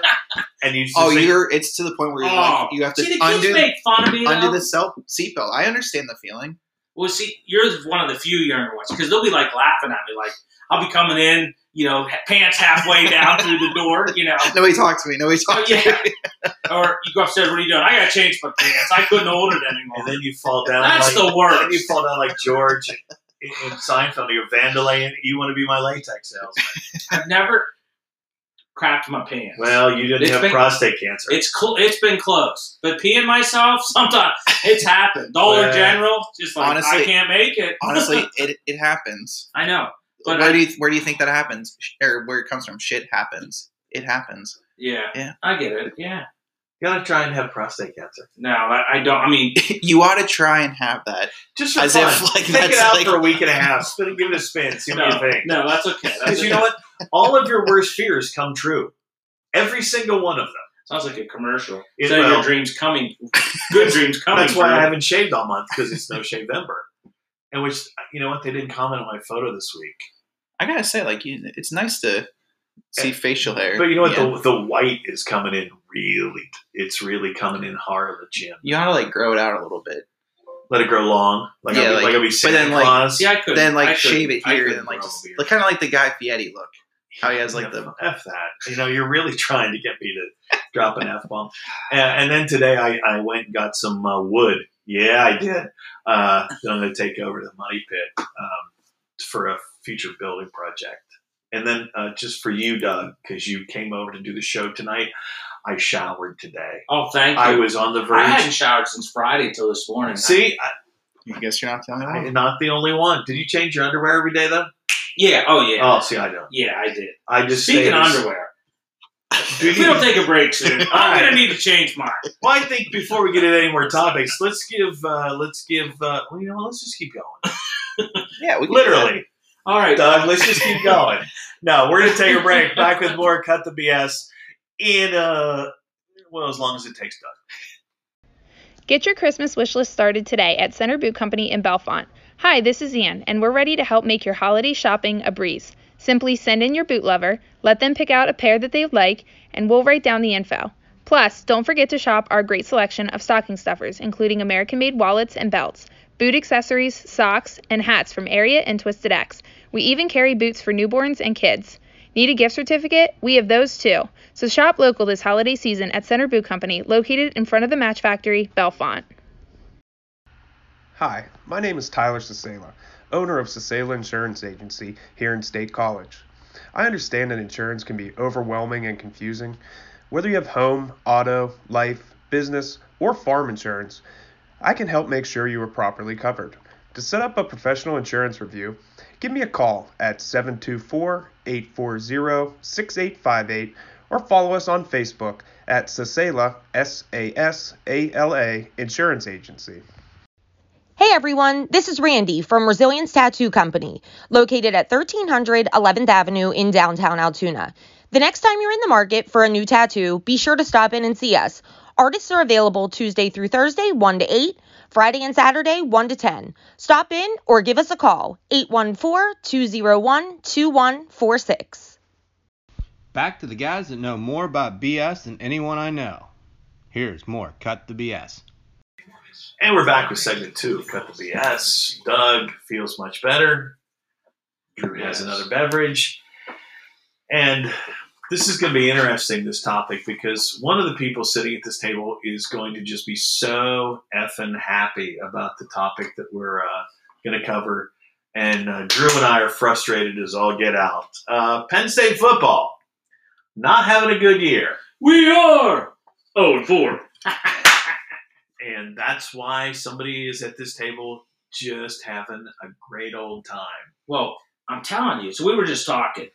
and you just Oh, think, you're. It's to the point where you're like, Oh. you have to See, the kids undo make fun of me. undo though. the self seatbelt. I understand the feeling. Well, see, you're one of the few you're gonna watch because they'll be like laughing at me, like I'll be coming in. you know, pants halfway down through the door, you know. Nobody talks to me. Nobody Oh, talks to yeah. me. Or you go upstairs, what are you doing? I gotta change my pants. I couldn't hold it And anymore. then you fall down. That's like, the worst. Then you fall down like George in, in Seinfeld. You go, Vandalay, you want to be my latex salesman. I've never crapped my pants. Well, you didn't It's have been- prostate cancer. It's cl- It's been close, but peeing myself sometimes it's happened. Dollar Well, General, just like I honestly- can't make it. Honestly, it, it happens. I know, but where I, do you where do you think that happens? Sh- Or where it comes from? Shit happens. It happens. yeah, Yeah. I get it. Yeah, you gotta try and have prostate cancer. no, I, I don't. I mean, you ought to try and have that. Just for As fun. if, like, Take it that's out like- for a week and a half. Spin, give it a spin. See what no, you think. no, that's okay. That's Because okay. you know what? All of your worst fears come true. Every single one of them. Sounds like a commercial. It so will. your dreams coming, good dreams coming. That's why I true. haven't shaved all month because it's no Shavember. And which you know what? They didn't comment on my photo this week. I gotta say, like, you, it's nice to see facial hair. Eh, But you know what? Yeah. The the white is coming in really. It's really coming in hard at the gym. you ought to like grow it out a little bit. Let it grow long. Like Yeah, I'll be, like- like, I'll be Santa then, like, Claus. See, I could Then like I couldn't- shave it I here, couldn't and like grow a just beard. like kind of like the Guy Fieri look. How he has like Yeah, the f that. You know, you're really trying to get me to drop an f bomb. And, and then today, I, I went and got some uh, wood. Yeah, I did. Uh, then I'm going to take over the money pit um, for a future building project. And then uh, just for you, Doug, because you came over to do the show tonight, I showered today. oh, thank you. I was on the I hadn't verge. showered since Friday till this morning. See, I guess you're not the only I, one. am not the only one. Did you change your underwear every day though? yeah. Oh yeah. Oh, see, I don't. yeah, I did. I just Speaking stayed of as- underwear. Do If we you- don't take a break soon, I'm All right. gonna need to change mine. Well, I think before we get into any more topics, let's give uh, let's give uh, well, you know what, let's just keep going. Yeah, we can do that. Literally, All right, Doug, let's just keep going. No, we're gonna take a break. Back with more. Cut the BS in uh well as long as it takes, Doug. Get your Christmas wish list started today at Center Boot Company in Belfont. Hi, this is Ann, and we're ready to help make your holiday shopping a breeze. Simply send in your boot lover, let them pick out a pair that they like, and we'll write down the info. Plus, don't forget to shop our great selection of stocking stuffers, including American made wallets and belts, boot accessories, socks, and hats from Area and Twisted X. We even carry boots for newborns and kids. Need a gift certificate? We have those too. So shop local this holiday season at Center Boot Company, located in front of the Match Factory, Belfont. Hi, my name is Tyler Sasela, owner of Sasela Insurance Agency here in State College. I understand that insurance can be overwhelming and confusing. Whether you have home, auto, life, business, or farm insurance, I can help make sure you are properly covered. To set up a professional insurance review, give me a call at 724 840 6858 or follow us on Facebook at Sasela, S A S A L A, Insurance Agency. Hey everyone, this is Randy from Resilience Tattoo Company, located at 1300 11th Avenue in downtown Altoona. The next time you're in the market for a new tattoo, be sure to stop in and see us. Artists are available Tuesday through Thursday, 1 to 8, Friday and Saturday, 1 to 10. Stop in or give us a call, 814 201 2146. Back to the guys that know more about BS than anyone I know. Here's more Cut the BS. And we're back with segment two of Cut the BS. Doug feels much better. Drew has Yes. another beverage. And this is going to be interesting, this topic, because one of the people sitting at this table is going to just be so effing happy about the topic that we're uh, going to cover. And uh, Drew and I are frustrated as all get out. Uh, Penn State football, not having a good year. we are. Oh, and four. and that's why somebody is at this table just having a great old time Well, I'm telling you. So we were just talking.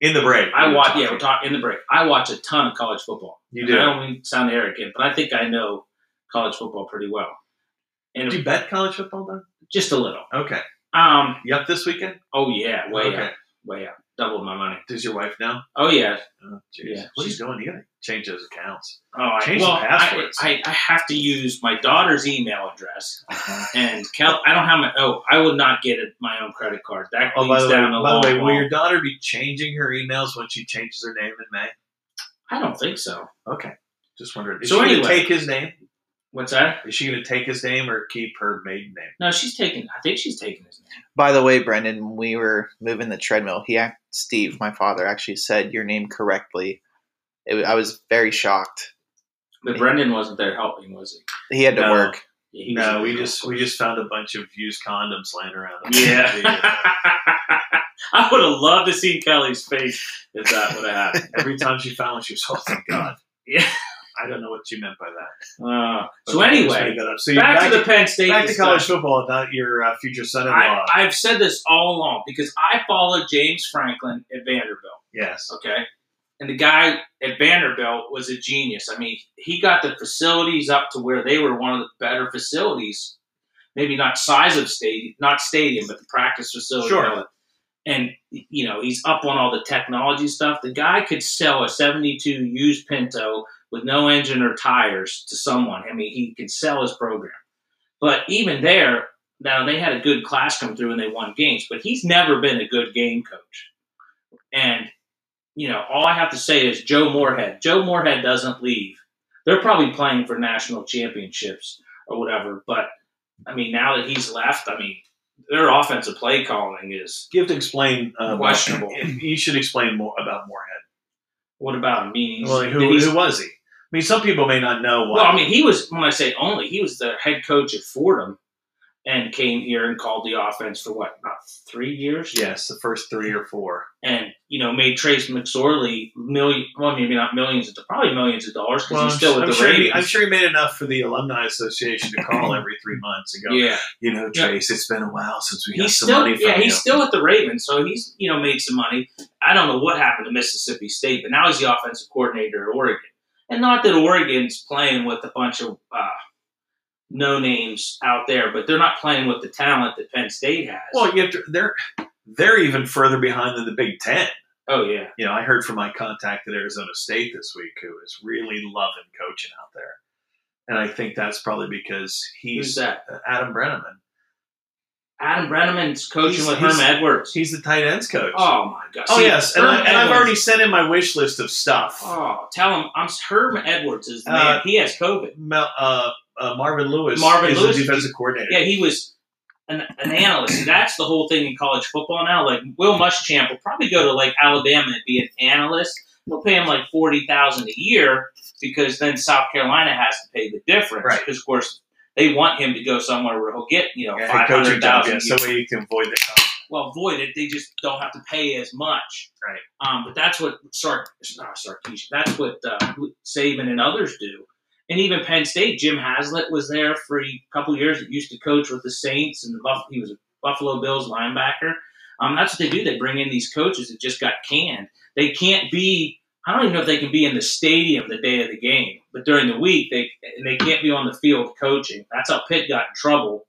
in the break. I we were watch. Yeah, talking. we're talking in the break. I watch a ton of college football. You And do. I don't mean to sound arrogant, but I think I know college football pretty well, and Do you bet college football though? just a little. Okay, Um. you up this weekend? Oh yeah, way okay. up, way up. Doubled my money. Does your wife know? Oh yeah. Oh, jeez. Yeah. What are you doing? You gotta change those accounts. Oh, I, Change the well, I, passwords. I, I have to use my daughter's email address Uh-huh. and Cal- I don't have my. Oh, I will not get it, my own credit card. That Oh, leads by the way, down a by long the way, will wall. your daughter be changing her emails when she changes her name in May? I don't think so. Okay, just wondering. Is So she gonna anyway- take his name? What's that? Is she going to take his name or keep her maiden name? No, she's taking. I think she's taking his name. By the way, Brendan, when we were moving the treadmill, he act, Steve, my father, actually said your name correctly. It, wa- I was very shocked. But Brendan wasn't there helping, was He had to No. work. he? he was No, in we the- just we just found a bunch of used condoms laying around. Yeah. I would have loved to see Kelly's face if that would have happened. Every time she found one, she was, oh, thank God. Yeah. I don't know what she meant by that. Uh, But so I just anyway, made that up. so you're back, to the Penn State. back to discussion. college football, not your uh, future son-in-law. I, I've said this all along because I followed James Franklin at Vanderbilt. yes, Okay. And the guy at Vanderbilt was a genius. I mean, he got the facilities up to where they were one of the better facilities. Maybe not size of stadium, not stadium, but the practice facility. Sure. And you know, he's up on all the technology stuff. The guy could sell a 72 used Pinto with no engine or tires to someone. I mean, he could sell his program. But even there, now they had a good class come through and they won games, but he's never been a good game coach. And you know, all I have to say is Joe Moorhead. Joe Moorhead doesn't leave. They're probably playing for national championships or whatever. But I mean, now that he's left, I mean, their offensive play calling is you have to explain. Uh, Questionable. You should explain more about Moorhead. what about him? I mean, he's- Well, like, who, he's- who was he? I mean, some people may not know why. well, I mean, he was when I say only, he was the head coach at Fordham and came here and called the offense for what about three years? yes, the first three or four. and you know made Trace McSorley million, well maybe not millions, of- probably millions of dollars because he's still with I'm, the sure he, Ravens. I'm sure he made enough for the alumni association to call every three months and go, yeah, you know, Yeah. Trace, it's been a while since we got he's some still money from yeah you. he's still at the Ravens, so he's you know made some money. I don't know what happened to Mississippi State, but now he's the offensive coordinator at Oregon, and not that Oregon's playing with a bunch of uh, no names out there, but they're not playing with the talent that Penn State has. well, you have to, they're they're even further behind than the Big Ten. oh yeah, you know, I heard from my contact at Arizona State this week who is really loving coaching out there. And I think that's probably because who's he's that? Adam Brenneman. Adam Brenneman's coaching He's- with he's- Herm Edwards. He's the tight ends coach. Oh my gosh! Oh, yes. And, I, Herm and I've Edwards- already sent in my wish list of stuff. Oh, tell him I'm Herm Edwards is the Uh, man. He has COVID. Mel, uh, uh, Marvin Lewis Marvin is Lewis. the defensive coordinator. Yeah, he was an, an analyst. That's the whole thing in college football now. Like Will Muschamp will probably go to like Alabama and be an analyst. They'll pay him like forty thousand a year because then South Carolina has to pay the difference. Right. Because of course they want him to go somewhere where he'll get you know Yeah, head five coaching hundred job, thousand. yeah, so way you can avoid the conflict. well, void it. They just don't have to pay as much. Right. Um, but that's what Sark, not Sarkeesian. That's what uh, Saban and others do. And even Penn State, Jim Haslett was there for a couple years. He used to coach with the Saints and the Buff- he was a Buffalo Bills linebacker. Um, that's what they do. They bring in these coaches that just got canned. They can't be. I don't even know if they can be in the stadium the day of the game, but during the week they and they can't be on the field coaching. That's how Pitt got in trouble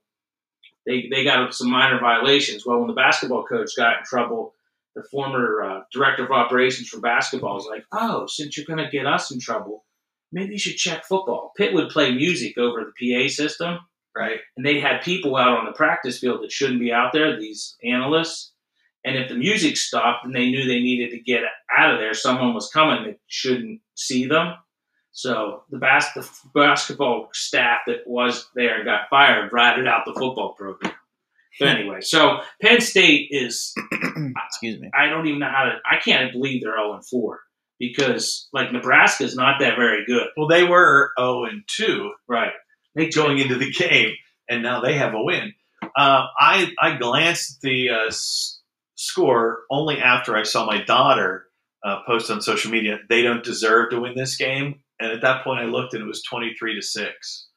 they they got some minor violations. Well, when the basketball coach got in trouble, the former uh, director of operations for basketball was like, "Oh, since you're going to get us in trouble, maybe you should check football." Pitt would play music over the PA system, Right. and they had people out on the practice field that shouldn't be out there. These analysts, and if the music stopped and they knew they needed to get out of there, someone was coming that shouldn't see them. So the, bas- the basketball staff that was there and got fired ratted out the football program. But anyway, so Penn State is Excuse me. I don't even know how to I can't believe they're 0 and 4 because like Nebraska's not that very good. Well, they were 0 and 2 Right. They going into the game, and now they have a win. Uh, I I glanced at the uh, s- score only after I saw my daughter uh, post on social media. They don't deserve to win this game, and at that point I looked and it was twenty three to six.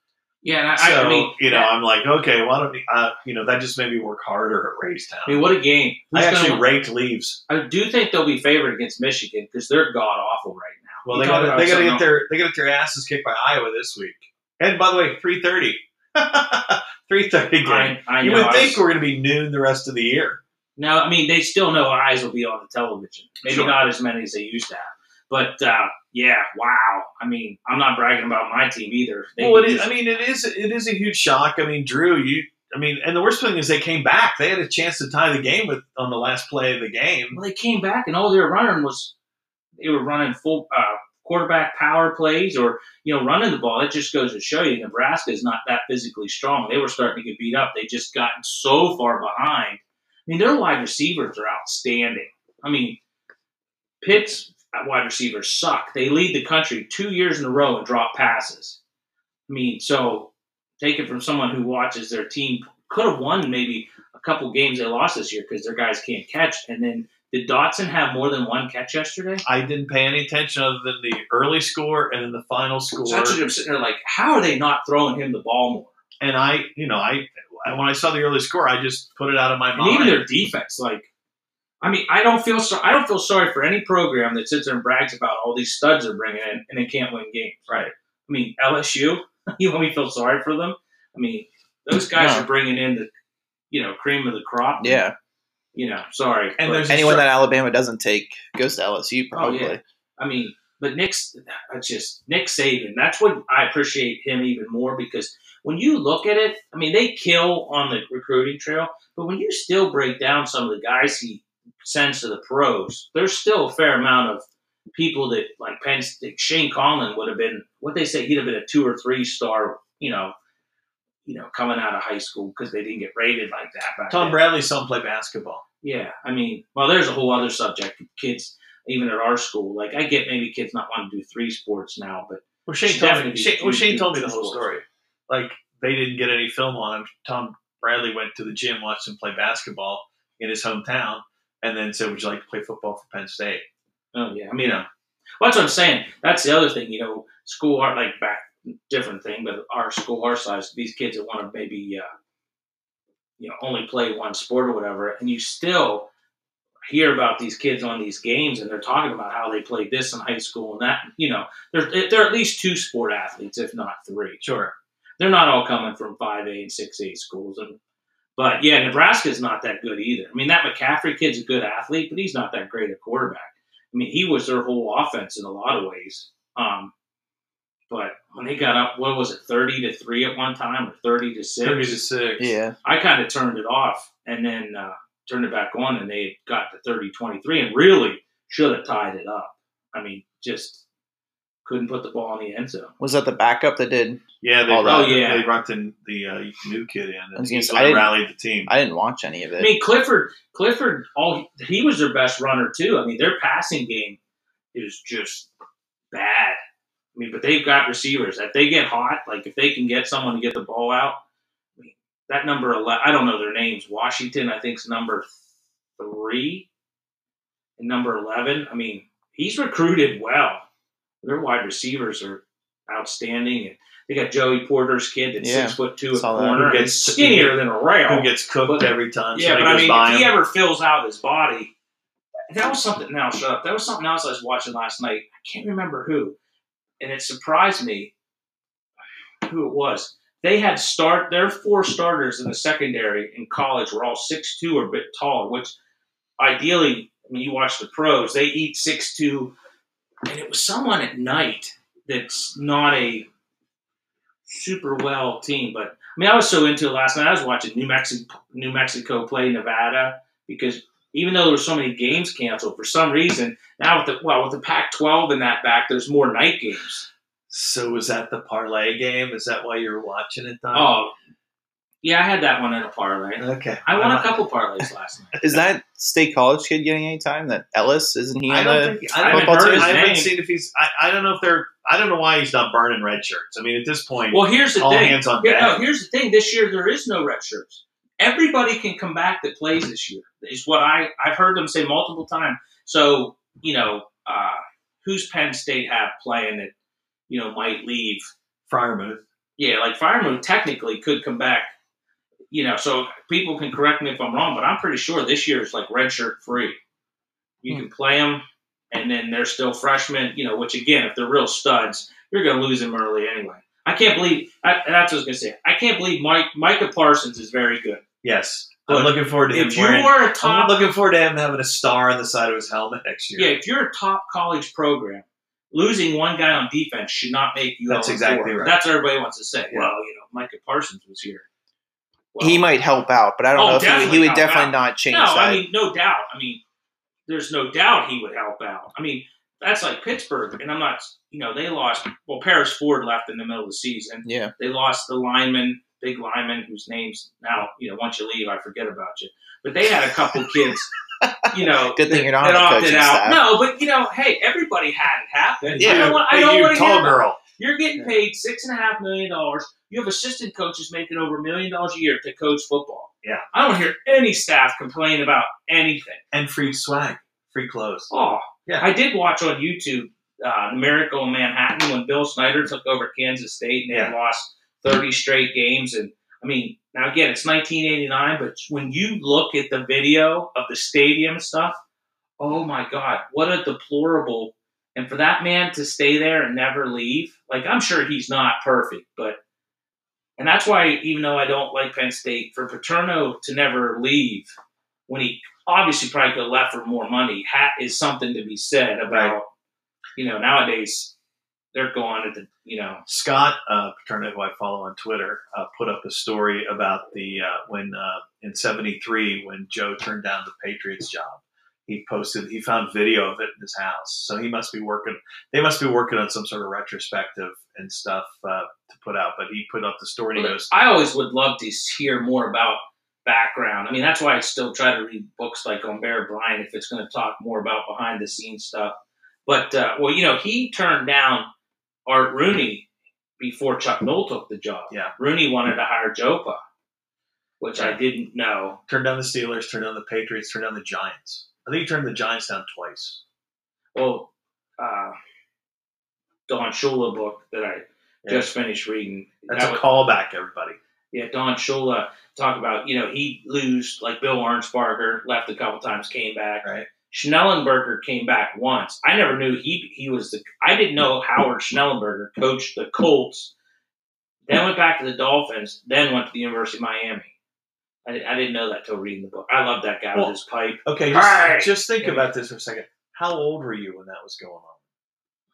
Yeah, and I, So I mean you know I'm like, okay, why don't we, uh, you know that just made me work harder at I Raystown. mean, what a game. I Who's gonna actually win? raked leaves. I do think they'll be favored against Michigan because they're god awful right now. Well, You they talk got about they got to something get their they got to get their asses kicked by Iowa this week. And by the way, three thirty. Three thirty game. else. I, I you know, would I think was- we're going to be noon the rest of the year. No, I mean they still know eyes will be on the television. Maybe Sure. not as many as they used to have, but uh, yeah, wow. I mean, I'm not bragging about my team either. They Well, it can is, just- I mean, it is it is a huge shock. I mean, Drew, you. I mean, and the worst thing is they came back. They had a chance to tie the game with on the last play of the game. well, they came back and all they were running was they were running full uh, quarterback power plays or you know running the ball. It just goes to show you Nebraska is not that physically strong. They were starting to get beat up. They just gotten so far behind. I mean, their wide receivers are outstanding. I mean, Pitt's wide receivers suck. They lead the country two years in a row and drop passes. I mean, so take it from someone who watches their team could have won maybe a couple games they lost this year because their guys can't catch. And then did Dotson have more than one catch yesterday? I didn't pay any attention other than the early score and then the final score. So I should have sitting there like, how are they not throwing him the ball more? and I, you know, I when I saw the early score, I just put it out of my And even mind. their defense, like, I mean, I don't feel so. I don't feel sorry for any program that sits there and brags about all these studs are bringing in and they can't win games. Right. I mean, LSU. You want me to feel sorry for them? I mean, those guys No. are bringing in the, you know, cream of the crop. Yeah. You know, sorry. And but- there's Anyone a that Alabama doesn't take goes to LSU probably. Oh, yeah. I mean, but Nick's that's just Nick Saban. That's what I appreciate him even more because when you look at it, I mean, they kill on the recruiting trail, but when you still break down some of the guys he sends to the pros, there's still a fair amount of people that like Penn State, Shane Conlon would have been what they say he'd have been a two or three star, you know, you know, coming out of high school because they didn't get rated like that. Back Tom then. Bradley some play basketball. Yeah, I mean, well, there's a whole other subject. Kids, even at our school, like I get maybe kids not wanting to do three sports now, but Well, Shane Should told me. definitely Shane, be well, Shane two- told me two the whole scores. story. Like they didn't get any film on him. Tom Bradley went to the gym, watched him play basketball in his hometown, and then said, "Would you like to play football for Penn State?" oh yeah, I mean, uh, well, that's what I'm saying. That's the other thing, you know, school art like back different thing, but our school our size, these kids that want to maybe uh, you know only play one sport or whatever, and you still hear about these kids on these games and they're talking about how they played this in high school and that you know they're, they're at least two sport athletes if not three Sure. they're not all coming from 5A and 6A schools. And, but yeah, Nebraska's not that good either. I mean, that McCaffrey kid's a good athlete, but he's not that great a quarterback. I mean, he was their whole offense in a lot of ways. Um, but when they got up, what was it, 30 to 3 at one time or 30 to 6? Thirty to six. Yeah. I kind of turned it off and then uh, turned it back on, and they got to 30 23 and really should have tied it up. I mean, just couldn't put the ball in the end zone. Was that the backup that did? Yeah. They, Oh, brought- yeah. They brought in the uh, new kid in, and was he gonna say, I didn't- rallied the team. I didn't watch any of it. I mean, Clifford, Clifford, all he was their best runner too. I mean, their passing game is just bad. I mean, but they've got receivers. If they get hot, like if they can get someone to get the ball out, I mean, that number eleven. I don't know their names. Washington, I think's number three and number eleven. I mean, he's recruited well. Their wide receivers are outstanding, and they got Joey Porter's kid that's Yeah, six foot two, a saw that. corner, Who and gets- skinnier than a rail. Who gets cooked But- every time? Yeah, somebody but I goes mean, by if he him? ever fills out his body, that was something. Now, shut up. That was something else I was watching last night. I can't remember who, and it surprised me who it was. They had start their four starters in the secondary in college were all six two or a bit taller, which ideally, when you watch the pros, they eat six two, and it was someone at night that's not a super well team, but I mean, I was so into it last night. I was watching New Mexico, New Mexico play Nevada because even though there were so many games canceled for some reason, now with the well with the Pac-12 in that back, there's more night games. So was that the parlay game? Is that why you were watching it? Don? Oh, yeah, I had that one in a parlay. okay. I won I'm a not- couple parlays last night. Is that state college kid getting any time? That Ellis isn't he? I on the- don't think I I haven't haven't heard. heard his I haven't name. seen if he's. I, I don't know if they're. I don't know why he's not burning red shirts. I mean, at this point, Well, here's the all thing. hands on Here- deck. no, here's the thing. This year there is no red shirts. Everybody can come back that plays this year. Is what I I've heard them say multiple times. So you know, uh, who's Penn State have playing that you know might leave? Friarmouth. Yeah, like Firemoon technically could come back. You know, so people can correct me if I'm wrong, but I'm pretty sure this year is like red shirt free. You can play them, and then they're still freshmen. You know, which again, if they're real studs, you're going to lose them early anyway. I can't believe I, that's what I was going to say. I can't believe Mike Micah Parsons is very good. Yes, But I'm looking forward to him. If you wearing- were a I'm top, looking forward to him having a star on the side of his helmet next year. yeah, if you're a top college program, losing one guy on defense should not make you. That's eligible. exactly right. That's what everybody wants to say. Yeah. Well, you know, Micah Parsons was here. Well, he might help out, but I don't Oh, know if he- he, definitely would help definitely out. not change No, that. I mean, no doubt. I mean, there's no doubt he would help out. I mean, that's like Pittsburgh, and I'm not, you know, they lost. Well, Paris Ford left in the middle of the season. Yeah. They lost the lineman, big lineman, whose name's now, you know, once you leave, I forget about you. But they had a couple kids, you know, Good thing that- you're not that on the opted coaching out. staff. No, but you know, hey, everybody had it happen. I don't want, I Hey, don't you want to tall hear about girl. you're getting paid six and a half million dollars. You have assistant coaches making over a million dollars a year to coach football. Yeah. I don't hear any staff complain about anything. And free swag, free clothes. Oh, Yeah. I did watch on YouTube uh, the Miracle in Manhattan when Bill Snyder took over Kansas State and they had lost 30 straight games. And I mean, now again, it's 1989, but when you look at the video of the stadium stuff, oh my God, what a deplorable. And for that man to stay there and never leave, like, I'm sure he's not perfect, but. And that's why, even though I don't like Penn State, for Paterno to never leave when he obviously probably could have left for more money ha- is something to be said about Right. you know nowadays they're going at the you know Scott uh, Paterno, who I follow on Twitter, uh, put up a story about the uh, when uh, in '73 when Joe turned down the Patriots job. He posted. He found video of it in his house, so he must be working. They must be working on some sort of retrospective and stuff uh, to put out. But he put up the story. and He goes, I always would love to hear more about background. I mean that's why I still try to read books like on Bear Bryant if it's going to talk more about behind the scenes stuff. But uh, well, you know he turned down Art Rooney before Chuck Noll took the job. Yeah. Rooney wanted to hire Jopa, which I didn't know. "Turn down the Steelers. Turn down the Patriots. Turn down the Giants." I think he turned the Giants down twice. well, uh, Don Shula book that I Yeah. just finished reading. That's That a was- callback, everybody. Yeah, Don Shula talk about you know he lose like Bill Arnsparger left a couple times, came back. Right. Schnellenberger came back once. I never knew he he was the. I didn't know Howard Schnellenberger coached the Colts, then went back to the Dolphins, then went to the University of Miami. I, di- I didn't know that till reading the book. I love that guy Well, with his pipe. Okay, just, Right. just think about this for a second. How old were you when that was going on?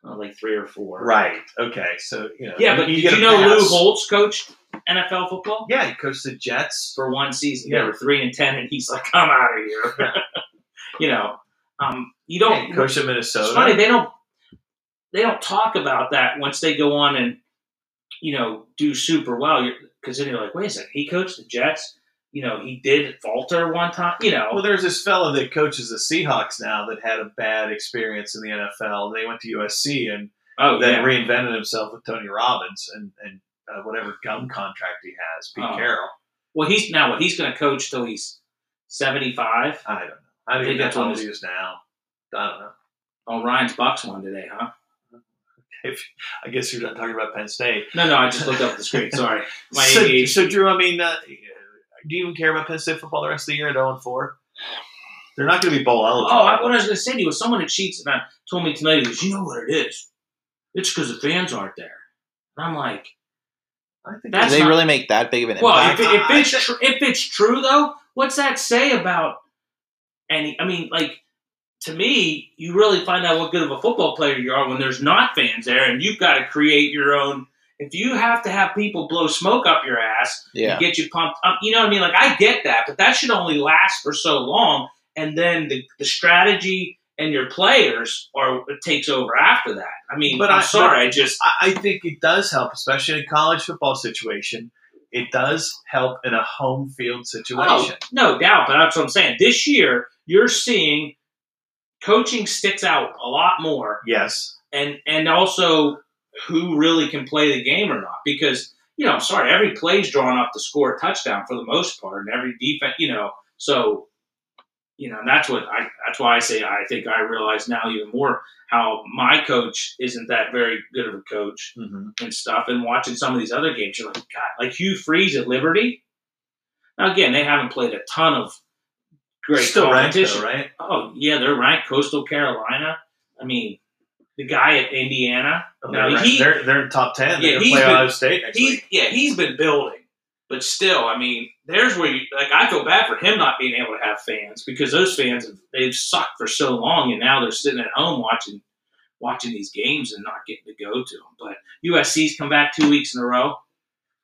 I was uh, like three or four. Right. Okay, so you know. Yeah, but get did a you know Lou pass. Holtz coached NFL football? Yeah, he coached the Jets. for one season. Yeah. They were three and ten, and he's like, "I'm out of here." you know, um, you Yeah, don't. he coached in it's funny Minnesota. they don't. They don't talk about that once they go on and you know do super well. Because then you're like, wait a second, he coached the Jets. You know, he did falter one time. You know, Well, there's this fellow that coaches the Seahawks now that had a bad experience in the NFL. and They went to USC and oh then yeah. reinvented himself with Tony Robbins and and uh, whatever gum contract he has. Pete Oh. Carroll. well, he's now what he's going to coach till he's seventy five. I don't know. I don't Think even know that's how what old it he is now. I don't know. Oh, Ryan's Bucks won today, huh? If, I guess you're not talking about Penn State. No, no, I just looked up the screen. Sorry, my so, ADHD. so, Drew, I mean, uh, do you even care about Penn State football the rest of the year at 0 4? They're not going to be bowl eligible. Oh, I, what I was going to say to you was someone at Sheets and I told me tonight, he goes, you know what it is? It's because the fans aren't there. And I'm like, I think That's Do they not- really make that big of an well, impact? if, it, if, it's tr- if it's true, though, what's that say about any? I mean, like, to me, you really find out what good of a football player you are when there's not fans there, and you've got to create your own. If you have to have people blow smoke up your ass, yeah. to get you pumped up. You know what I mean? Like I get that, but that should only last for so long, and then the, the strategy and your players are it takes over after that. I mean, But I'm I- sorry, I just I, I think it does help, especially in a college football situation. It does help in a home field situation. Oh, no doubt, but that's what I'm saying. This year, you're seeing coaching sticks out a lot more Yes. and and also who really can play the game or not because you know I'm sorry every play's drawn up to score a touchdown for the most part and every defense you know so you know and that's what I that's why I say I think I realize now even more how my coach isn't that very good of a coach Mm-hmm. and stuff and watching some of these other games you're like God like Hugh Freeze at Liberty now again they haven't played a ton of great Still ranked, competition though, right? Oh yeah, they're ranked Coastal Carolina. I mean, the guy at Indiana. Oh, No, they're, he- ranked. they're, they're in top 10. Yeah, They're going to he's play been- Ohio State next He week. yeah, he's been building, but still, I mean, there's where you like. I feel bad for him not being able to have fans because those fans have- they've sucked for so long, and now they're sitting at home watching watching these games and not getting to go to them. But USC's come back two weeks in a row.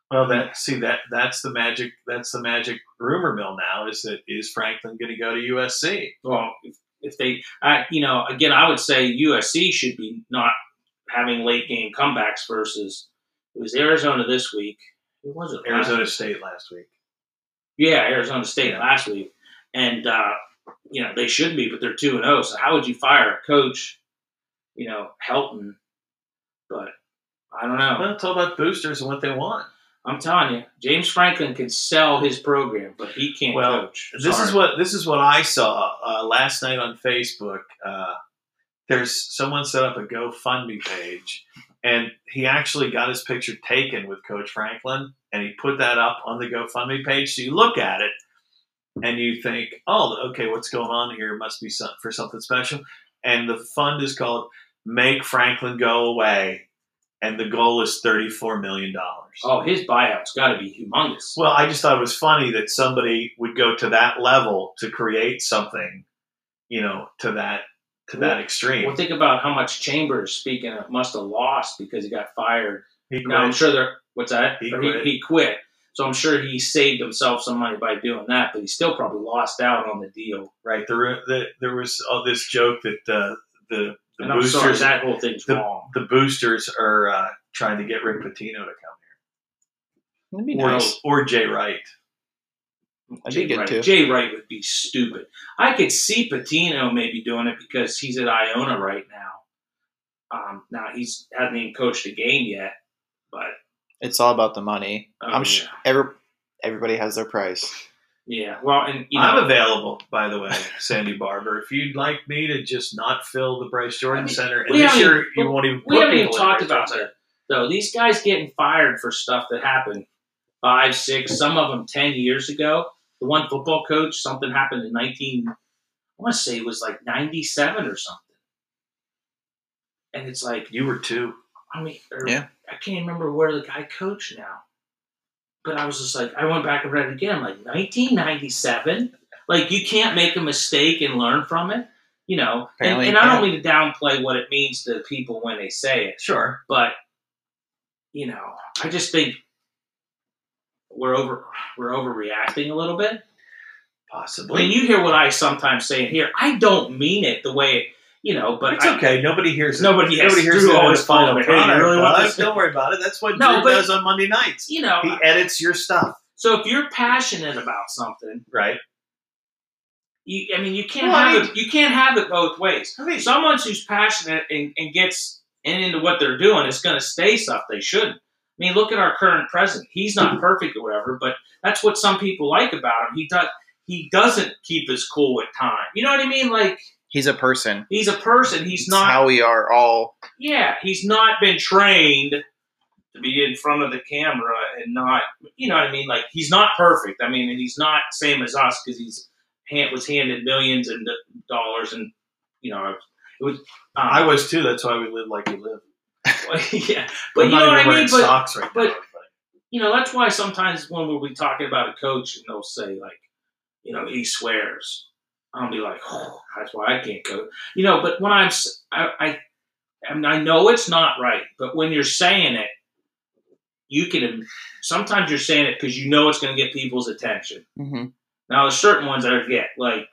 Well, that see that that's the magic. That's the magic rumor mill now. Is that is Franklin going to go to USC? Well, if, if they, I, you know, again, I would say USC should be not having late game comebacks versus it was Arizona this week. It wasn't Arizona State last week. Yeah, Arizona State Yeah. last week, and uh, you know they should be, but they're two and zero. So how would you fire a coach? You know, Helton, but I don't know. Well, it's all about boosters and what they want. I'm telling you, James Franklin can sell his program, but he can't Well, coach. This Sorry. is what this is what I saw uh, last night on Facebook. Uh, there's someone set up a GoFundMe page, and he actually got his picture taken with Coach Franklin, and he put that up on the GoFundMe page. So you look at it, and you think, "Oh, okay, what's going on here? It must be some, for something special." And the fund is called "Make Franklin Go Away," and the goal is thirty-four million dollars. Oh, his buyout's got to be humongous. Well, I just thought it was funny that somebody would go to that level to create something, you know, to that to that extreme. Well, think about how much Chambers, speaking of, must have lost because he got fired. he Now, I'm quit. sure they're, what's that? He Or quit. He, he quit. So I'm sure he saved himself some money by doing that, but he still probably lost out on the deal. right? There, the, there was all this joke that uh, the the and I'm sorry, boosters that whole thing's wrong. the boosters are uh, trying to get Rick Pitino to come That'd be here, or, nice. or Jay Wright. That'd be good Wright. too. Jay Wright would be stupid. I could see Patino maybe doing it because he's at Iona right now. Um, now he's hasn't even coached a game yet, but It's all about the money. Oh, I'm sure every, everybody has their price. yeah. Well, and you I'm know, available, by the way, Sandy Barber. If you'd like me to just not fill the Bryce Jordan I mean, Center, and we this haven't year even- you won't even we put haven't even people in talked Bryce about Jordan Center. that though. These guys getting fired for stuff that happened five, six, some of them ten years ago. The one football coach, something happened in nineteen. I want to say it was like ninety-seven or something. And it's like You were two. I mean, or, Yeah. I can't remember where the guy coached now. But I was just like, I went back and read it again. I'm like, 1997? Like, you can't make a mistake and learn from it, you know? And, Apparently and I don't you mean to downplay what it means to people when they say it, Sure. but, you know, I just think we're over we're overreacting a little bit. Possibly. When you hear what I sometimes say in here, I don't mean it the way, you know, but it's I, okay. Nobody hears it. Nobody- yes, Nobody hears Drew it in always the final calls me, "Hey, product. you really want this?" Guys, Don't worry about it. That's what No, Drew but- does on Monday nights. you know, He edits your stuff, so if you're passionate about something, right? You, I mean, you can't Well, I have it. You can't have it both ways. I mean, Someone who's passionate and, and gets in into what they're doing is going to stay stuff they shouldn't. I mean, look at our current president. He's not perfect or whatever, but that's what some people like about him. He does. He doesn't keep his cool at time. You know what I mean? Like He's a person. he's a person. He's It's not. how we are all. yeah, he's not been trained to be in front of the camera and not. You know what I mean? Like he's not perfect. I mean, and he's not same as us because he's hand, was handed millions and dollars and you know it was. Um, I was too. That's why we live like we live. yeah, but I'm you not know even what I wearing mean. But socks right but- now. you know that's why sometimes when we'll be talking about a coach and they'll say like, you know, he swears. I'll be like, oh, that's why I can't coach. You know, but when I'm, s- I, I, I mean, I know it's not right, but when you're saying it, you can. Sometimes you're saying it because you know it's going to get people's attention. hmm Now, there's certain ones I get like,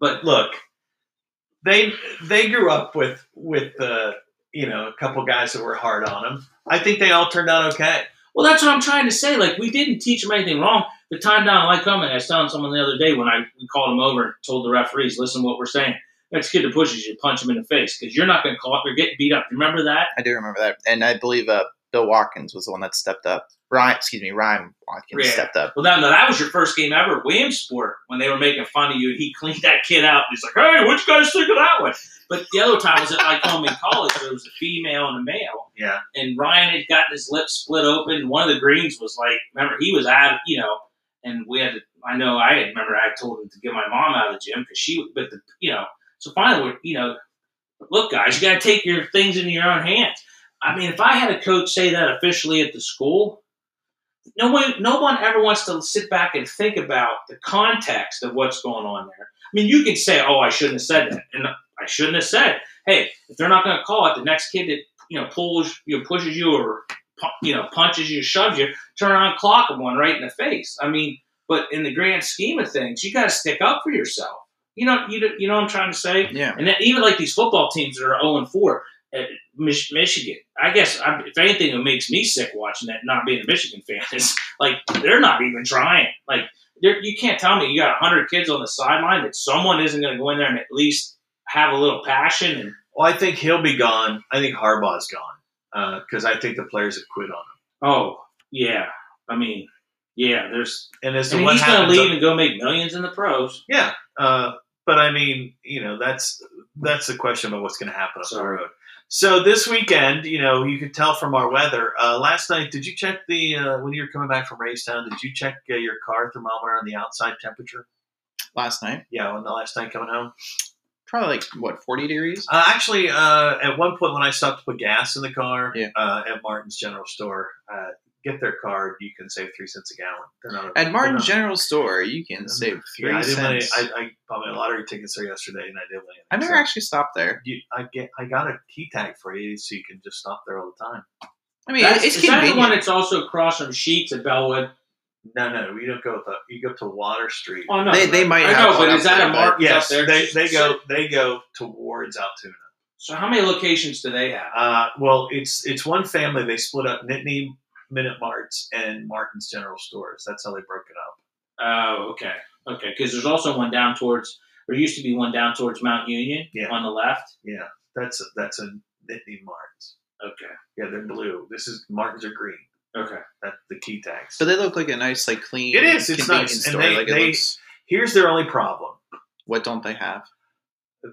but Look, they they grew up with with uh, you know a couple guys that were hard on them. I think they all turned out okay. Well, that's what I'm trying to say. Like, we didn't teach him anything wrong. The time down like coming, I was telling someone the other day when I we called him over and told the referees, listen to what we're saying. Next kid that pushes you, punch him in the face because you're not going to call it. You're getting beat up. You remember that? I do remember that, and I believe uh, Bill Watkins was the one that stepped up. Ryan, excuse me, Ryan Watkins Yeah. stepped up. Well, that, no, that was your first game ever, Williamsport, when they were making fun of you and he cleaned that kid out. He's like, hey, what you guys think of that one? But the other time was at like home in college where it was a female and a male. Yeah, and Ryan had gotten his lip split open. and One of the greens was like, remember, he was out, you know, and we had to, I know I had, remember, I told him to get my mom out of the gym because she, but the, you know, so finally, we're, you know, look, guys, you got to take your things into your own hands. I mean, if I had a coach say that officially at the school, no one, no one ever wants to sit back and think about the context of what's going on there. I mean, you can say, "Oh, I shouldn't have said that," and I shouldn't have said. Hey, if they're not going to call it, the next kid that you know pulls you know, pushes you or pu- you know punches you shoves you turn around clock them one right in the face i mean but in the grand scheme of things you got to stick up for yourself You know, you know, you know what I'm trying to say. Yeah. And then even like these football teams that are 0 and 4, uh, Mich- Michigan. I guess I, if anything, that makes me sick watching that, not being a Michigan fan, is like they're not even trying. Like they're- you can't tell me you got 100 kids on the sideline that someone isn't going to go in there and at least have a little passion and Well, I think he'll be gone. I think Harbaugh's gone because I think the players have quit on him. oh yeah. I mean, yeah. There's And as to I mean, what he's going to happens, leave and go make millions in the pros. yeah. Uh, but I mean, you know, that's that's the question about what's going to happen up the Sorry. road. So this weekend, you know, you could tell from our weather. Uh, last night, did you check the uh, when you were coming back from Raystown? Did you check uh, your car thermometer on the outside temperature? last night. Yeah, on the last night coming home. Probably like what forty degrees. Uh, actually, uh, at one point when I stopped to put gas in the car Yeah. uh, at Martin's General Store, uh, get their card. You can save three cents a gallon. They're not At Martin they're not- General Store, you can save three Yeah, I, didn't really, cents. I, I bought my lottery tickets there yesterday, and I didn't win. I never So actually stopped there. you, I get I got a key tag for you, so you can just stop there all the time. I mean, That's- it's is that the one convenient. that's also across from Sheets at Bellwood? No, no, we don't go. With the, you go to Water Street. Oh no, They- they might I have know, one but is up that there, a but- mark? yes, up there? they they go they go towards Altoona. So how many locations do they have? Uh, well, it's it's one family. They split up Nittany Minute Marts and Martin's General Stores. That's how they broke it up. Oh, okay, okay. Because there's also one down towards. There used to be one down towards Mount Union Yeah. on the left. Yeah, that's a, that's a Nittany Martins. Okay, Yeah, they're blue. This is Martins are green. okay. That's the key tags. So they look like a nice, like clean. It is, it's convenience nice, and Store. they- like they- it looks, Here's their only problem. what don't they have?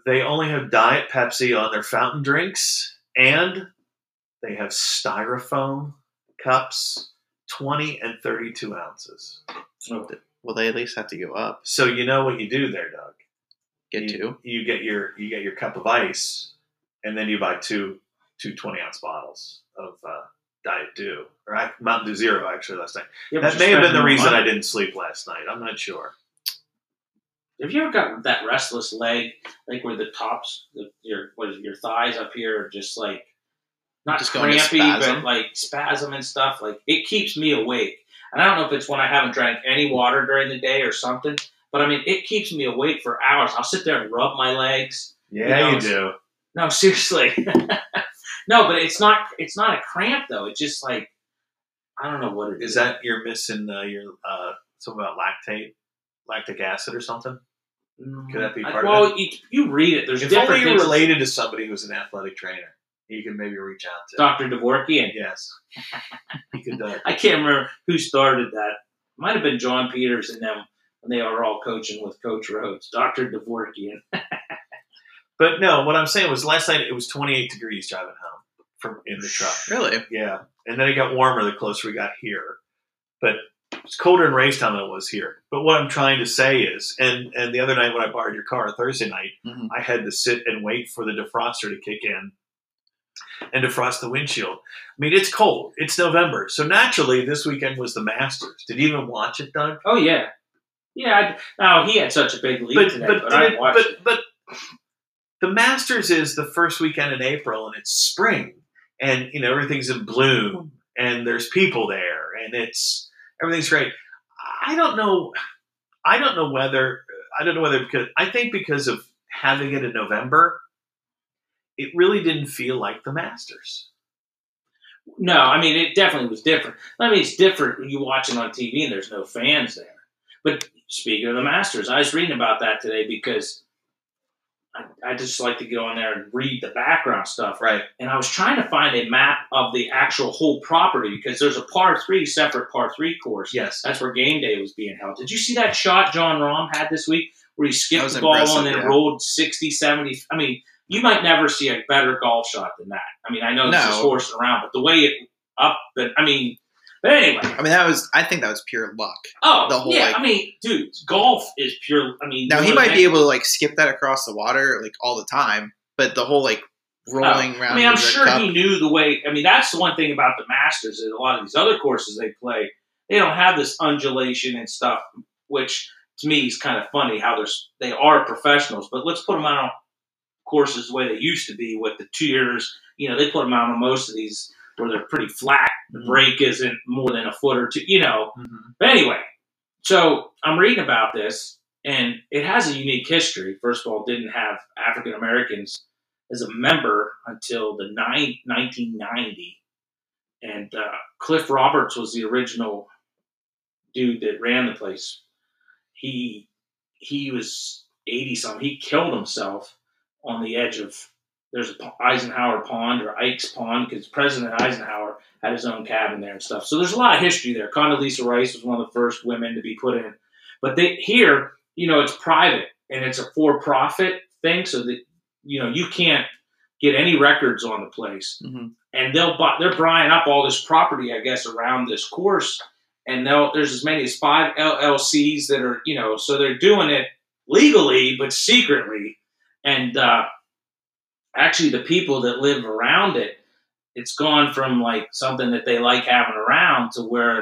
They only have Diet Pepsi on their fountain drinks, and they have styrofoam cups, twenty and thirty-two ounces. So Well, they at least have to go up. So you know what you do there, Doug. Get you, two. You get your you get your cup of ice, and then you buy two two 20 ounce bottles of uh, Diet Dew or I- Mountain Dew Zero actually last night. yeah, but That you're may have been spending the more reason money. I didn't sleep last night. I'm not sure. Have you ever got that restless leg, like where the tops, the, your what is it, your thighs up here are just like not Just going to crampy, but spasm? like spasm and stuff? Like it keeps me awake. And I don't know if it's when I haven't drank any water during the day or something, but I mean it keeps me awake for hours. I'll sit there and rub my legs. Yeah, You you don't- do. No, seriously. no, but it's not it's not a cramp though. It's just like I don't know what it Is that you're missing uh, your uh, something about lactate, lactic acid or something? could that be Mm, I- part of well, you, you read it. There's If different only you're things. related to somebody who's an athletic trainer, you can maybe reach out to. Dr. Dvorkian. Yes, you could. Uh, I can't remember who started that. Might have been John Peters and them when they were all coaching with Coach Rhodes, Doctor Dvorkian. but no, what I'm saying was last night it was 28 degrees driving home from in the truck. Really? Yeah, and then it got warmer the closer we got here, but it's colder in race time than it was here. But what I'm trying to say is, and and the other night when I borrowed your car Thursday night, Mhm. I had to sit and wait for the defroster to kick in and defrost the windshield. I mean, it's cold. It's November, so naturally this weekend was the Masters. Did you even watch it, Doug? Oh yeah, yeah. I, now he had such a big lead But today, but but, I but, watched but it. but the Masters is the first weekend in April, and it's spring, and you know everything's in bloom, and there's people there, and it's everything's great. I don't know. I don't know whether I don't know whether because I think because of having it in November, it really didn't feel like the Masters. No, I mean it definitely was different. I mean it's different when you watch it on TV and there's no fans there. But speaking of the Masters, I was reading about that today because I, I just like to go on there and read the background stuff. Right. and I was trying to find a map of the actual whole property because there's a par three separate par three course. Yes. That's where game day was being held. Did you see that shot John Rahm had this week where he That skipped was the ball impressive, and then yeah. rolled 60, 70? I mean, you might never see a better golf shot than that. I mean, I know this No. is horsing around, but the way it up, but I mean, but anyway. I mean, that was. I think that was pure luck. Oh, The whole, yeah. like- I mean, dude, golf is pure. I mean, Now he more might than be able to like skip that across the water like all the time, but the whole like rolling round. I mean, I'm the sure cup- he knew the way. I mean, that's the one thing about the Masters is a lot of these other courses they play, they don't have this undulation and stuff, which to me is kind of funny how there's they are professionals. But let's put them out on courses the way they used to be with the tiers. You know, they put them out on most of these where they're pretty flat. The Mm-hmm. break isn't more than a foot or two. You know, Mhm. but anyway, so I'm reading about this, And it has a unique history. First of all, it didn't have African Americans as a member until the nine, 1990. And uh, Cliff Roberts was the original dude that ran the place. He he was 80 something. He killed himself on the edge of there's a P- Eisenhower Pond or Ike's Pond because President Eisenhower had his own cabin there and stuff. So there's a lot of history there. Condoleezza Rice was one of the first women to be put in, but they, here you know it's private and it's a for-profit thing, so that you know you can't get any records on the place, Mhm. and they'll buy, they're buying up all this property, I guess, around this course, and they'll, there's as many as five LLCs that are you know so they're doing it legally but secretly, and. uh actually the people that live around it, it's gone from like something that they like having around to where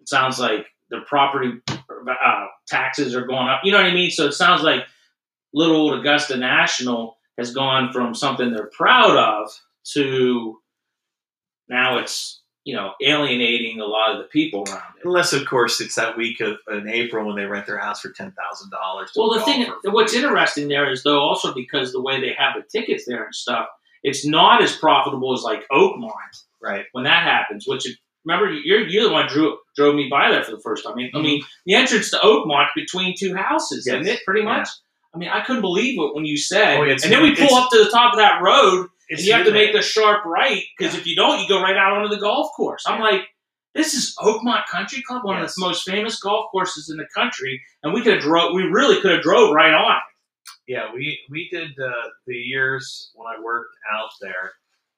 it sounds like the property uh, taxes are going up. You know what I mean? So it sounds like little old Augusta National has gone from something they're proud of to now it's you know alienating a lot of the people around it. Unless, of course, it's that week of in April when they rent their house for ten thousand dollars. Well, the thing, what's interesting there is though, also because the way they have the tickets there and stuff, it's not as profitable as like Oakmont. right? when that happens. Which if- remember, you're you're the one drew drove me by there for the first time. I mean, I mean the entrance to Oakmont between two houses, isn't Mm-hmm. Yes. it? Pretty much. I mean, I couldn't believe it when you said. Oh, it's- and then we pull it's- up to the top of that road, and It's you have to make human. the sharp right because if you don't, you go right out onto the golf course. I'm like. This is Oakmont Country Club, one of Yes. the most famous golf courses in the country, and we could have drove. We really could have drove right on. Yeah, we we did uh, the years when I worked out there.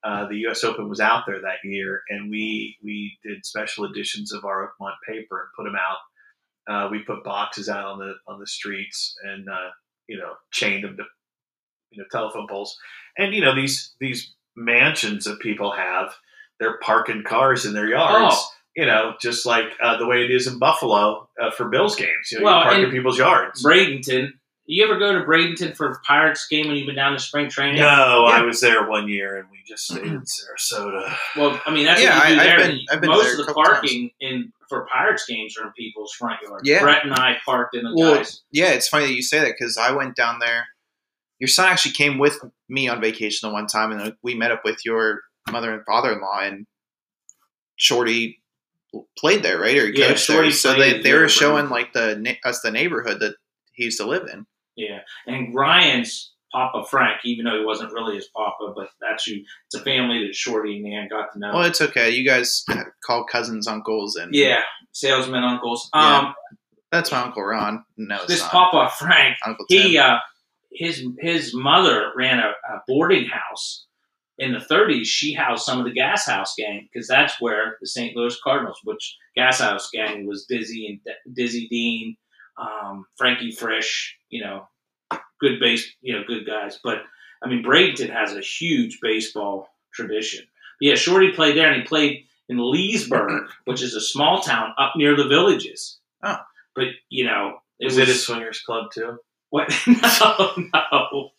Uh, the U.S. Open was out there that year, and we we did special editions of our Oakmont paper and put them out. Uh, we put boxes out on the on the streets and uh, you know chained them to you know telephone poles, and you know these these mansions that people have, they're parking cars in their yards. Oh. You know, just like uh, the way it is in Buffalo uh, for Bills games. You know, Well, you park in and- people's yards. Bradenton, you ever go to Bradenton for a Pirates game when you've been down to spring training? No, I was there one year, and we just stayed in Mm-hmm. Sarasota. Well, I mean, that's Yeah, what you do I- I've there. been- I've been Most there a of the couple times. parking in for Pirates games are in people's front yards. Yeah. Brett and I parked in the Well, guys. Yeah, it's funny that you say that because I went down there. Your son actually came with me on vacation the one time, and uh, we met up with your mother and father-in-law, and Shorty played there, right? Or he Yeah, coached there. Shorty So played they, they there, were right. showing like the na- us the neighborhood that he used to live in. Yeah, and Ryan's Papa Frank, even though he wasn't really his papa, but that's who. It's a family that Shorty and Nan got to know. Well, it's okay. You guys call cousins uncles, and yeah, salesman uncles. Yeah. Um, that's my uncle Ron. No, it's this not. Papa Frank, Uncle Tim. he uh, his his mother ran a, a boarding house in the 30s. She housed some of the Gas House gang because that's where the St. Louis Cardinals, which Gas House gang was Dizzy and Dizzy Dean, um, Frankie Frisch, you know, good base, you know, good guys. But I mean, Bradenton has a huge baseball tradition. yeah, Shorty played there, and he played in Leesburg, which is a small town up near the villages. Oh. But you know, it Is it a swingers club too? what? No, no,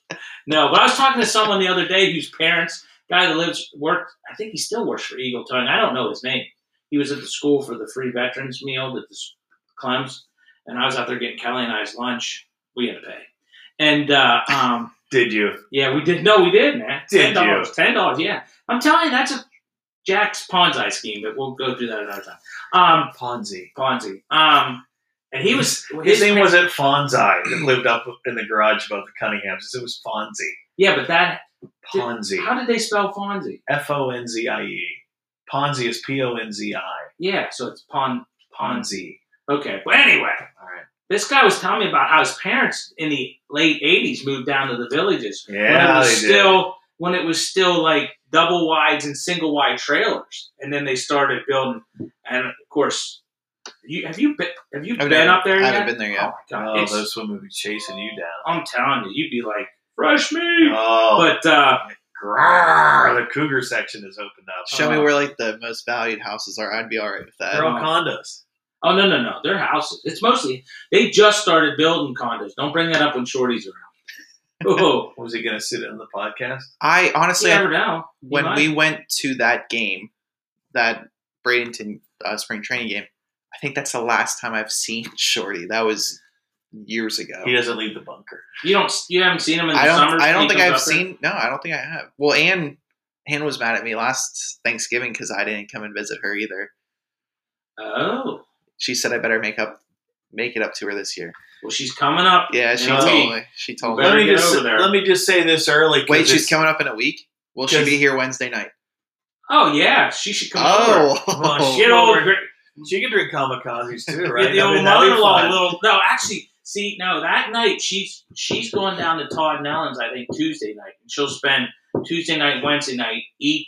no. But I was talking to someone the other day whose parents, guy that lives, worked. I think he still works for Eagle Tongue. I don't know his name. He was at the school for the free veterans meal at the s- Clems, and I was out there getting Kelly and I's lunch. We had to pay, and uh, um, Did you? yeah, we did. No, we did, man. Did you? $10, Ten dollars. Yeah, I'm telling you, that's a Jack's Ponzi scheme. But we'll go through that another time. Um, Ponzi. Ponzi. Um, and he was His name parents- wasn't Fonzi that lived up in the garage above the Cunninghams. It was Fonzie. Yeah, but that. Ponzi. How did they spell Fonzie? F O N Z I E. Ponzi is P O N Z I. Yeah, so it's Pon Ponzi. Ponzi. Okay, but anyway, All right. this guy was telling me about how his parents in the late '80s moved down to the villages when it Yeah, was they still when it was still like double wides and single wide trailers, and then they started building. And of course, you have you been have you I've been never- up there? I yet? haven't been there yet. Oh did. my god! Oh, it's- those women would be chasing you down. I'm telling you, you'd be like fresh meat. Oh, But uh, grrr, the cougar section is opened up. Show me Oh. where like the most valued houses are. I'd be all right with that. They're all condos. oh no no no, they're houses. It's mostly they just started building condos. Don't bring that up when Shorty's around. Oh, Was he going to sit in the podcast? I you honestly, never know. You when might. we went to that game, that Bradenton uh, spring training game, I think that's the last time I've seen Shorty. That was years ago. He doesn't leave the bunker. You don't. You haven't seen him in the I summer. don't. I don't He think comes I've up there? seen. No, I don't think I have. Well, Anne, Anne was mad at me last Thanksgiving because I didn't come and visit her either. Oh, She said I better make up, make it up to her this year. well, she's coming up. Yeah, she No. told me. She told Oh, Better Let me. me get just over there. let me just say this early. 'cause Wait, she's it's- coming up in a week. Will she Just- be here Wednesday night? Oh yeah, she should come over. Oh, Oh, Get over. Get She can drink kamikazes too, right? the I old mean, that'd be mother-in-law. fun. Little. No, actually, see, no, that night she's she's going down to Todd and Ellen's. I think Tuesday night, and she'll spend Tuesday night, Wednesday night, eat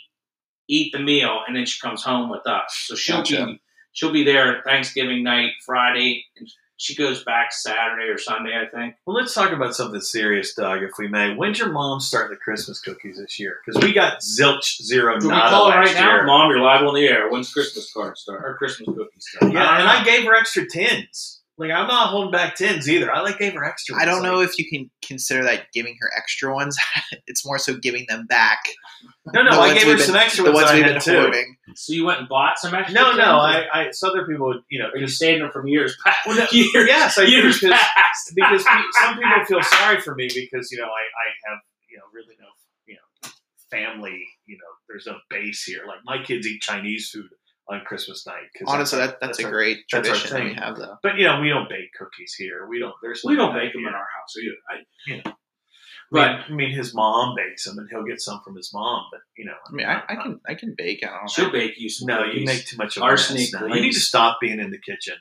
eat the meal, and then she comes home with us. So she'll Gotcha. be she'll be there Thanksgiving night, Friday, and she goes back Saturday or Sunday, I think. Well, let's talk about something serious, Doug, if we may. When's your mom starting the Christmas cookies this year? Because we got zilch, zero, Do we nada call it right last year. now? Mom, you're live on the air. When's Christmas card start? Or Christmas cookies start? Yeah, and I gave her extra tins. Like I'm not holding back tins either. I like gave her extra. I don't ones. know if you can consider that giving her extra ones. it's more so giving them back. Like, no, no, the I ones gave her we've been- some extra the ones. ones that I we've had been too. hoarding. So you went and bought some extra? No, things? no, I, I, so other people would, you know, Are you just, saving them from years past? Well, no, years, yes, I do years because past. because pe- some people feel sorry for me because you know I, I have you know really no you know family you know there's no base here like my kids eat Chinese food on Christmas night 'cause Honestly, that, that's, a our- great that's our tradition that we thing. have, though. but you know we don't bake cookies here we don't there's we none don't of that bake them in here. our house either. I, I mean- Right. I mean his mom bakes them and he'll get some from his mom but you know I mean, I, I can I can bake. I don't know. she'll bake you some. no cookies. you make too much of a Arsenic mess now. you need to glaze. stop being in the kitchen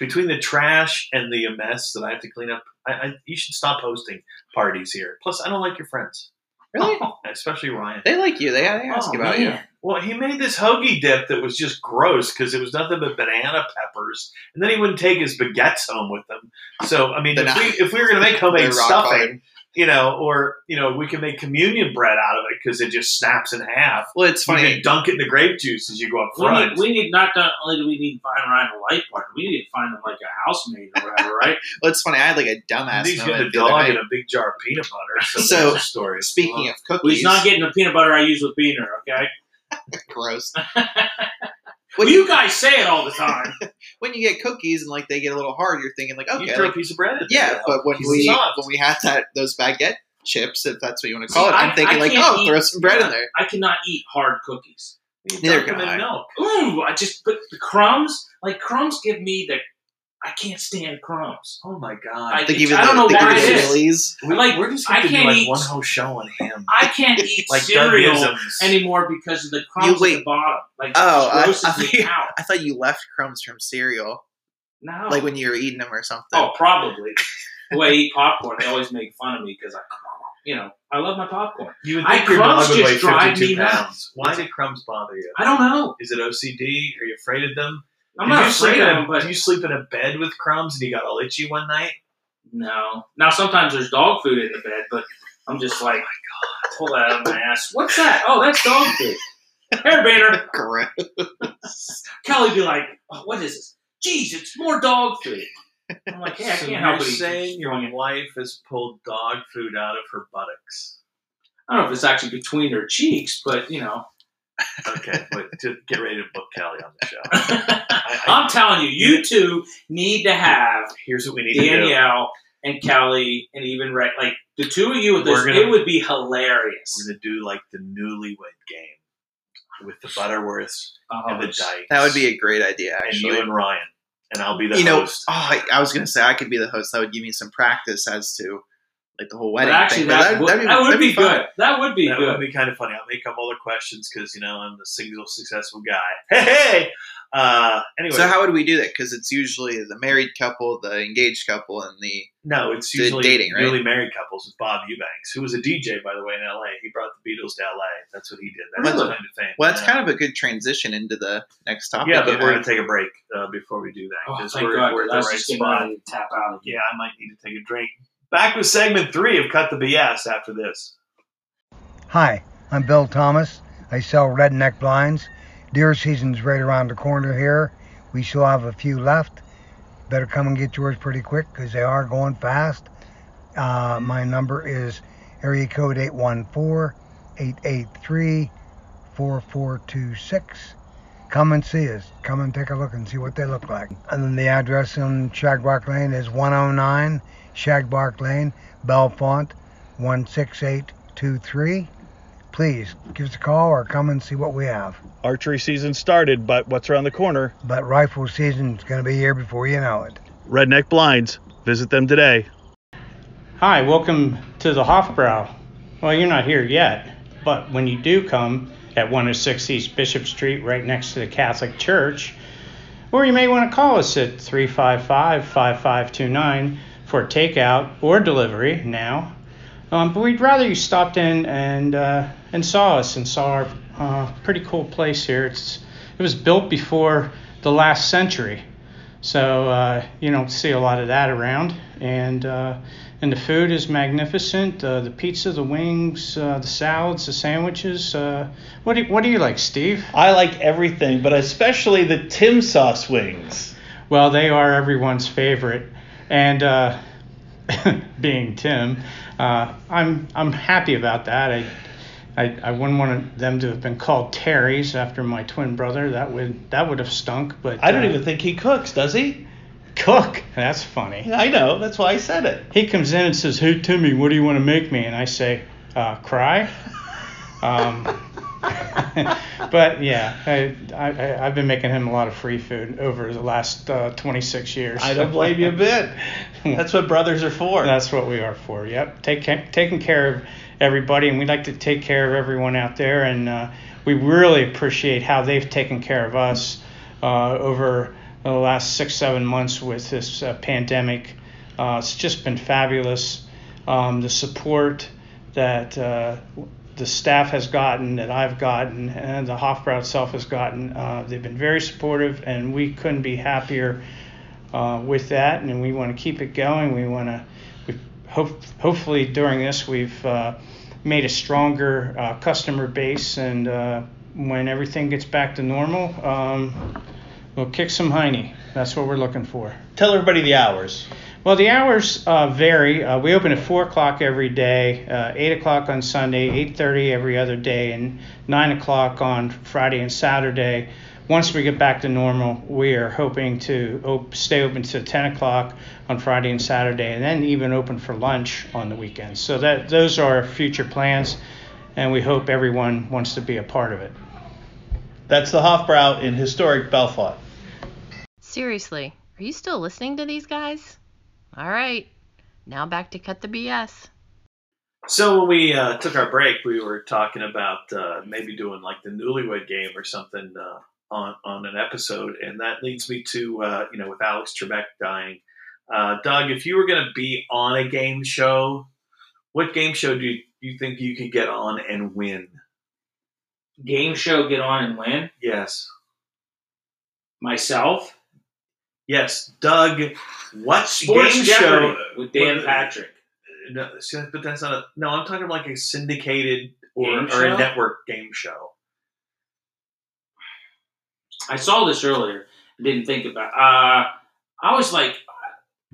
between the trash and the mess that I have to clean up I, I you should stop hosting parties here plus I don't like your friends Really? especially Ryan. They like you. They, they ask Oh, about man. Well, he made this hoagie dip that was just gross because it was nothing but banana peppers, and then he wouldn't take his baguettes home with him. So, I mean, if They're not- we, if we were going to make you. They're homemade rock stuffing, hard. you know, or you know, we can make communion bread out of it because it just snaps in half. Well, it's You funny. can dunk it in the grape juice as you go up We front. need, we need not only do we need to find Ryan a light partner, we need to find him like a housemaid or whatever, right? Well, it's funny. I had like a dumbass He's got a moment the other dog and night. a big jar of peanut butter. So, So, there's the story. Speaking of Well, cookies, he's not getting the peanut butter I use with Beaner, okay? gross. Well, when you you guys say it all the time. when you get cookies and like they get a little hard, you're thinking like, you okay, throw like, a piece of bread. At yeah. them, But when piece of we soft. when we had that those baguette chips, if that's what you want to See, call it, I'm I- thinking I like, can't oh, eat- throw some bread in there. I cannot eat hard cookies. You neither dunk can them in I. milk. Ooh, I just put the crumbs. Like crumbs give me the. I can't stand crumbs. Oh my god! I- They give you I don't the, know they give why you it the is. chilies. we, like, we're just I going to do can't like eat- one whole show on him. I can't eat like cereal Doug-isms. anymore because of the crumbs You at the wait. bottom. Like Oh, it I- grosses I me think- out. I thought you left crumbs from cereal, No. like uh, when you were eating them or something. oh, probably. the way I eat popcorn, they always make fun of me because I, you know, I love my popcorn. You would I- think your crumbs dog would just weigh drive me 52 nuts. pounds. Why did crumbs bother you? I don't know. Is it OCD? Are you afraid of them? I'm Did not you sleep afraid in of a- them, but did you sleep in a bed with crumbs and you got all itchy one night? no. Now sometimes there's dog food in the bed, but I'm just like, oh my god, pull that out of my ass. What's that? Oh, that's dog food. Hair banner. Gross. Kelly be like, oh, what is this? Jeez, it's more dog food. I'm like, hey, I so can't you're help it. saying your I don't wife has pulled dog food out of her buttocks. know if it's actually between her cheeks, but you know, Okay, but just get ready to book Kelly on the show. I, I, I'm telling you, you two need to have here's what we need to do. Danielle and Kelly and even Ray, like the two of you with this, We're gonna- it would be hilarious. We're going to do like the newlywed game with the Butterworths and the Oh, Dykes. That would be a great idea, And actually. you and Ryan. And I'll be the You know, host. oh, I, I was gonna say I could be the host. That would give me some practice as to like the whole but wedding actually, thing. that, But would, that'd- that would that'd be, fun. good. That would be that good. would be kind of funny. I'll make up all the questions because you know I'm the single successful guy. Hey, hey. Uh, anyway, So how would we do that? Because it's usually the married couple, the engaged couple, and the no, it's the usually dating, right? newly married couples with Bob Eubanks, who was a DJ by the way in L.A. He brought the Beatles to L.A. That's what he did. That's his Really? claim to fame. well, that's Yeah. kind of a good transition into the next topic. yeah, but we're yeah. gonna take a break uh, before we do that Oh, because thank we're, God, we're at the that's right just getting spot. ready to tap out again. Yeah, I might need to take a drink. Back with segment three of Cut the BS after this. Hi, I'm Bill Thomas. I sell redneck blinds. Deer season's right around the corner here. We still have a few left. Better come and get yours pretty quick because they are going fast. Uh, my number is area code 814 883 4426. Come and see us. Come and take a look and see what they look like. And then the address on Shagbark Lane is 109 Shagbark Lane, Belfont, 16823. Please give us a call or come and see what we have. Archery season started, but what's around the corner? But rifle season's going to be here before you know it. Redneck Blinds. Visit them today. Hi, welcome to the Hofbrow. Well, you're not here yet, but when you do come at 106 East Bishop Street, right next to the Catholic Church, or you may want to call us at 355 5529 for takeout or delivery now. Um, but we'd rather you stopped in and uh, and saw us and saw our uh, pretty cool place here. It's it was built before the last century, so uh, you don't see a lot of that around. And uh, and the food is magnificent. Uh, the pizza, the wings, uh, the salads, the sandwiches. Uh, what do you, what do you like, Steve? I like everything, but especially the Tim Sauce wings. Well, they are everyone's favorite, and uh, being Tim, uh, I'm I'm happy about that. I, I, I wouldn't want them to have been called Terry's after my twin brother. That would that would have stunk. But I don't uh, even think he cooks, does he? cook. That's funny. I know. That's why I said it. He comes in and says, "Hey Timmy, what do you want to make me?" And I say, uh, "Cry." Um, but yeah, I, I I've been making him a lot of free food over the last uh, 26 years. I don't blame you a bit. That's what brothers are for. That's what we are for. Yep, take ca- taking care of everybody, and we like to take care of everyone out there, and uh, we really appreciate how they've taken care of us uh, over the last six seven months with this uh, pandemic. Uh, it's just been fabulous. Um, the support that uh, the staff has gotten, that I've gotten, and the Hofbrau itself has gotten, uh, they've been very supportive, and we couldn't be happier uh, with that, and we want to keep it going. We want to, we hope, hopefully during this, we've uh, made a stronger uh, customer base, and uh, when everything gets back to normal, um, we'll kick some hiney. That's what we're looking for. Tell everybody the hours. Well, the hours uh, vary. Uh, we open at four o'clock every day, uh, eight o'clock on Sunday, eight thirty every other day, and nine o'clock on Friday and Saturday. Once we get back to normal, we are hoping to op- stay open to ten o'clock on Friday and Saturday, and then even open for lunch on the weekends. So that those are our future plans, and we hope everyone wants to be a part of it. That's the Hofbrau in historic Belfont. Seriously, are you still listening to these guys? All right, now back to cut the BS. So when we uh, took our break, we were talking about uh, maybe doing like the Newlywed Game or something uh, on on an episode, and that leads me to uh, you know with Alex Trebek dying, uh, Doug, if you were going to be on a game show, what game show do you, you think you could get on and win? Game show, get on and win. Yes, Myself, yes, Doug. What Sports game Jeopardy show? with Dan what- Patrick. No, see, but that's not a. No, I'm talking like a syndicated or, Game or show? a network game show. I saw this earlier. I didn't think about. Uh, I was like,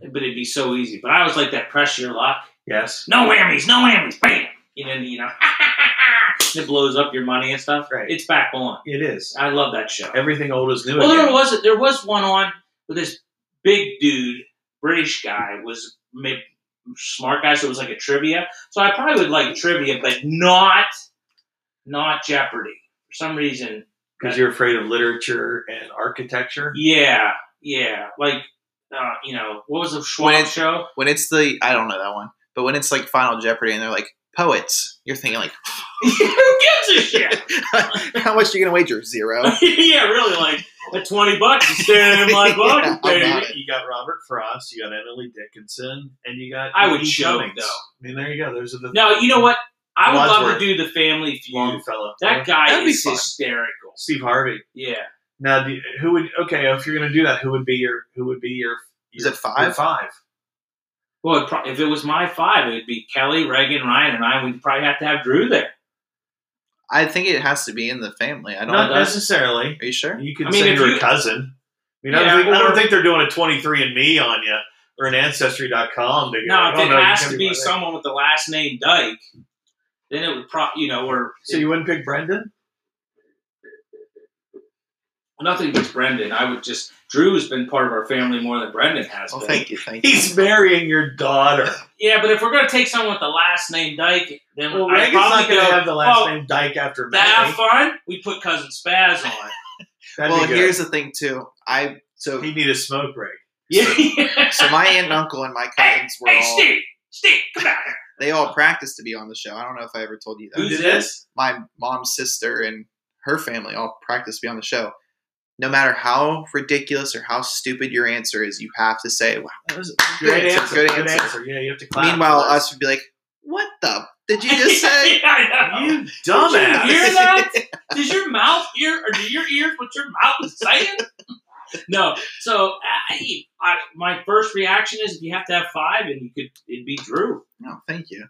but it'd be so easy. But I was like that press your luck. Yes, No whammies, no whammies, bam. You know, you know, it blows up your money and stuff. Right. It's back on. it is. I love that show. Everything old is new. Well, there again. was there was one on with this big dude, British guy, was maybe smart guy, so it was like a trivia. So I probably would like trivia, but not not Jeopardy for some reason. because you're afraid of literature and architecture. Yeah, yeah, like uh, you know, what was the When Schwab it- show? When it's the I don't know that one, but when it's like Final Jeopardy and they're like poets, you're thinking like Who gives a shit? how much are you gonna wager? Zero. yeah, really, like at twenty bucks, you standing in my Yeah, pocket, I'm baby. not You got Robert Frost, you got Emily Dickinson, and you got I would E.E. choke, Cummings. though. I mean, there you go. Those are the No, you know what? I would love Wadsworth. to do the Family Feud. Longfellow. That guy That'd be is fun. hysterical. Steve Harvey. Yeah. Now, do you- who would? Okay, if you're going to do that, who would be your? Who would be your? Is your- it five? your Five. Well, it pro- if it was my five, it would be Kelly, Reagan, Ryan, and I. We'd probably have to have Drew there. I think it has to be in the family. I don't. Not Are know. necessarily. you sure? You could I mean, say if you're you- a cousin. I mean, I, Yeah, don't think, I or- don't think they're doing a 23andMe on you or an Ancestry.com. To go, No, if "Oh, it you has can't to be my- someone with the last name Dyke, then it would probably, you know, or So you wouldn't pick Brendan? Nothing against Brendan. I would just Drew's been part of our family more than Brendan has Oh, been. thank you, thank you. He's marrying your daughter. Yeah, but if we're gonna take someone with the last name Dyke, then Well, I Reagan's not probably going go. to have the last oh, name Dyke after That Mary. fun? We put cousin Spaz on. That'd well, be good. here's the thing too. I so He'd need a smoke break. yeah. so my aunt and uncle and my cousins were hey, all Steve, Steve, come out here. they all practiced to be on the show. I don't know if I ever told you that. Who's this? My mom's sister and her family all practiced to be on the show. No matter how ridiculous or how stupid your answer is, you have to say, "Wow, that was a good, Great answer, answer. good Good answer." answer. Yeah, you have to clap. Meanwhile, for us. us would be like, "What the? Did you just yeah, say?" I know. You Did you dumbass. hear that? Does your mouth hear, or do your ears what your mouth is saying? no. So I, I, my first reaction is if you have to have five, and you could, it'd be Drew. no, thank you,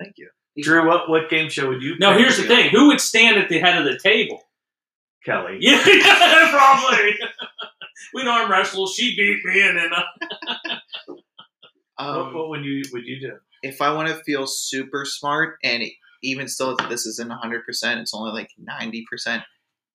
thank you. Drew, what, what game show would you No, pick here's the thing: who would stand at the head of the table? Kelly. Yeah, probably. We'd arm wrestle. She beat me, and then uh, Um, What, um, what would you would you do? if I want to feel super smart, and e-, even still, this isn't 100%, it's only like 90%,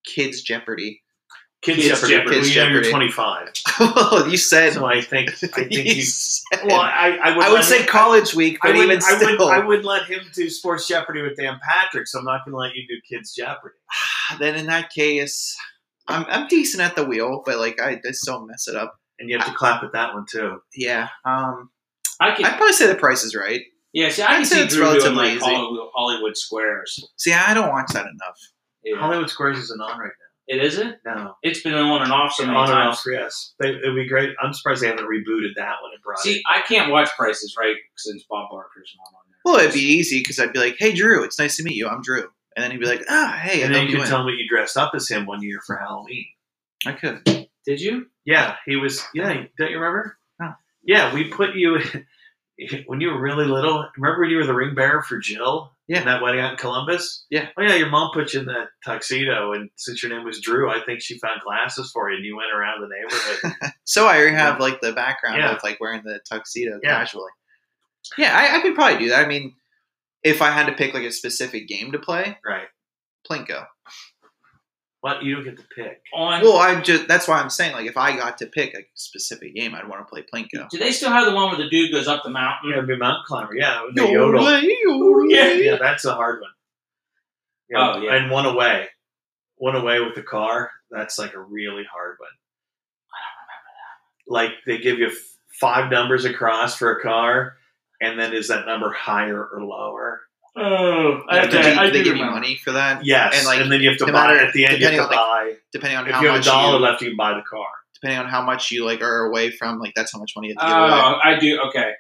Kids Jeopardy. Kids, Jeopardy. Kids Jeopardy. Well, you know you're Jeopardy. 25, oh, you said. so I think I think you you. said- Well, I, I would. I let would say him- College Week, I but would, even I still. would, I would let him do Sports Jeopardy with Dan Patrick, so I'm not going to let you do Kids Jeopardy. then in that case, I'm, I'm decent at the wheel, but like I, I still mess it up. And you have to clap at that one too. Yeah. Um, I could. I'd probably say the price is right. yeah, see, I can I'd say see it's Drew doing relatively like easy. Hollywood, Hollywood Squares. See, I don't watch that enough. Yeah. Hollywood Squares isn't on right It isn't. now. No, It's been on and off so many on and times. off. Yes, they, it'd be great. I'm surprised they haven't rebooted that one and brought See, it. I can't watch Prices Right since Bob Barker's not on there. Well, it'd be easy because I'd be like, hey, Drew, it's nice to meet you. I'm Drew. And then he'd be like, ah, hey, and I then hope you can you win. tell me you dressed up as him one year for Halloween. I could. Did you? Yeah, he was. Yeah, don't you remember? No. Yeah, we put you when you were really little. Remember when you were the ring bearer for Jill? Yeah. in that wedding out in Columbus. Yeah. Oh yeah, your mom put you in that tuxedo, and since your name was Drew, I think she found glasses for you, and you went around the neighborhood. So I already have like the background Yeah. of like wearing the tuxedo Yeah. casually. Yeah, I, I could probably do that. I mean, if I had to pick like a specific game to play, right. Plinko. What you don't get to pick. On Well, I'm just that's why I'm saying like if I got to pick a specific game, I'd want to play Plinko. do they still have the one where the dude goes up the mountain? Yeah, it'd be mountain climber. Yeah, with the yodel. Yeah, yeah, that's a hard one. Oh, yeah. and one away, one away with the car. That's like a really hard one. Like they give you f- five numbers across for a car, and then is that number higher or lower? Oh, Yeah, okay, did you- I they do give you remember. money for that, Yes, And, and, like, then you have to no buy matter- at the end. You depending have to buy. depending on If how you have a much dollar you, left, you can buy the car. depending on how much you like are away from. Like that's how much money you have to give away. Oh, I do. Okay.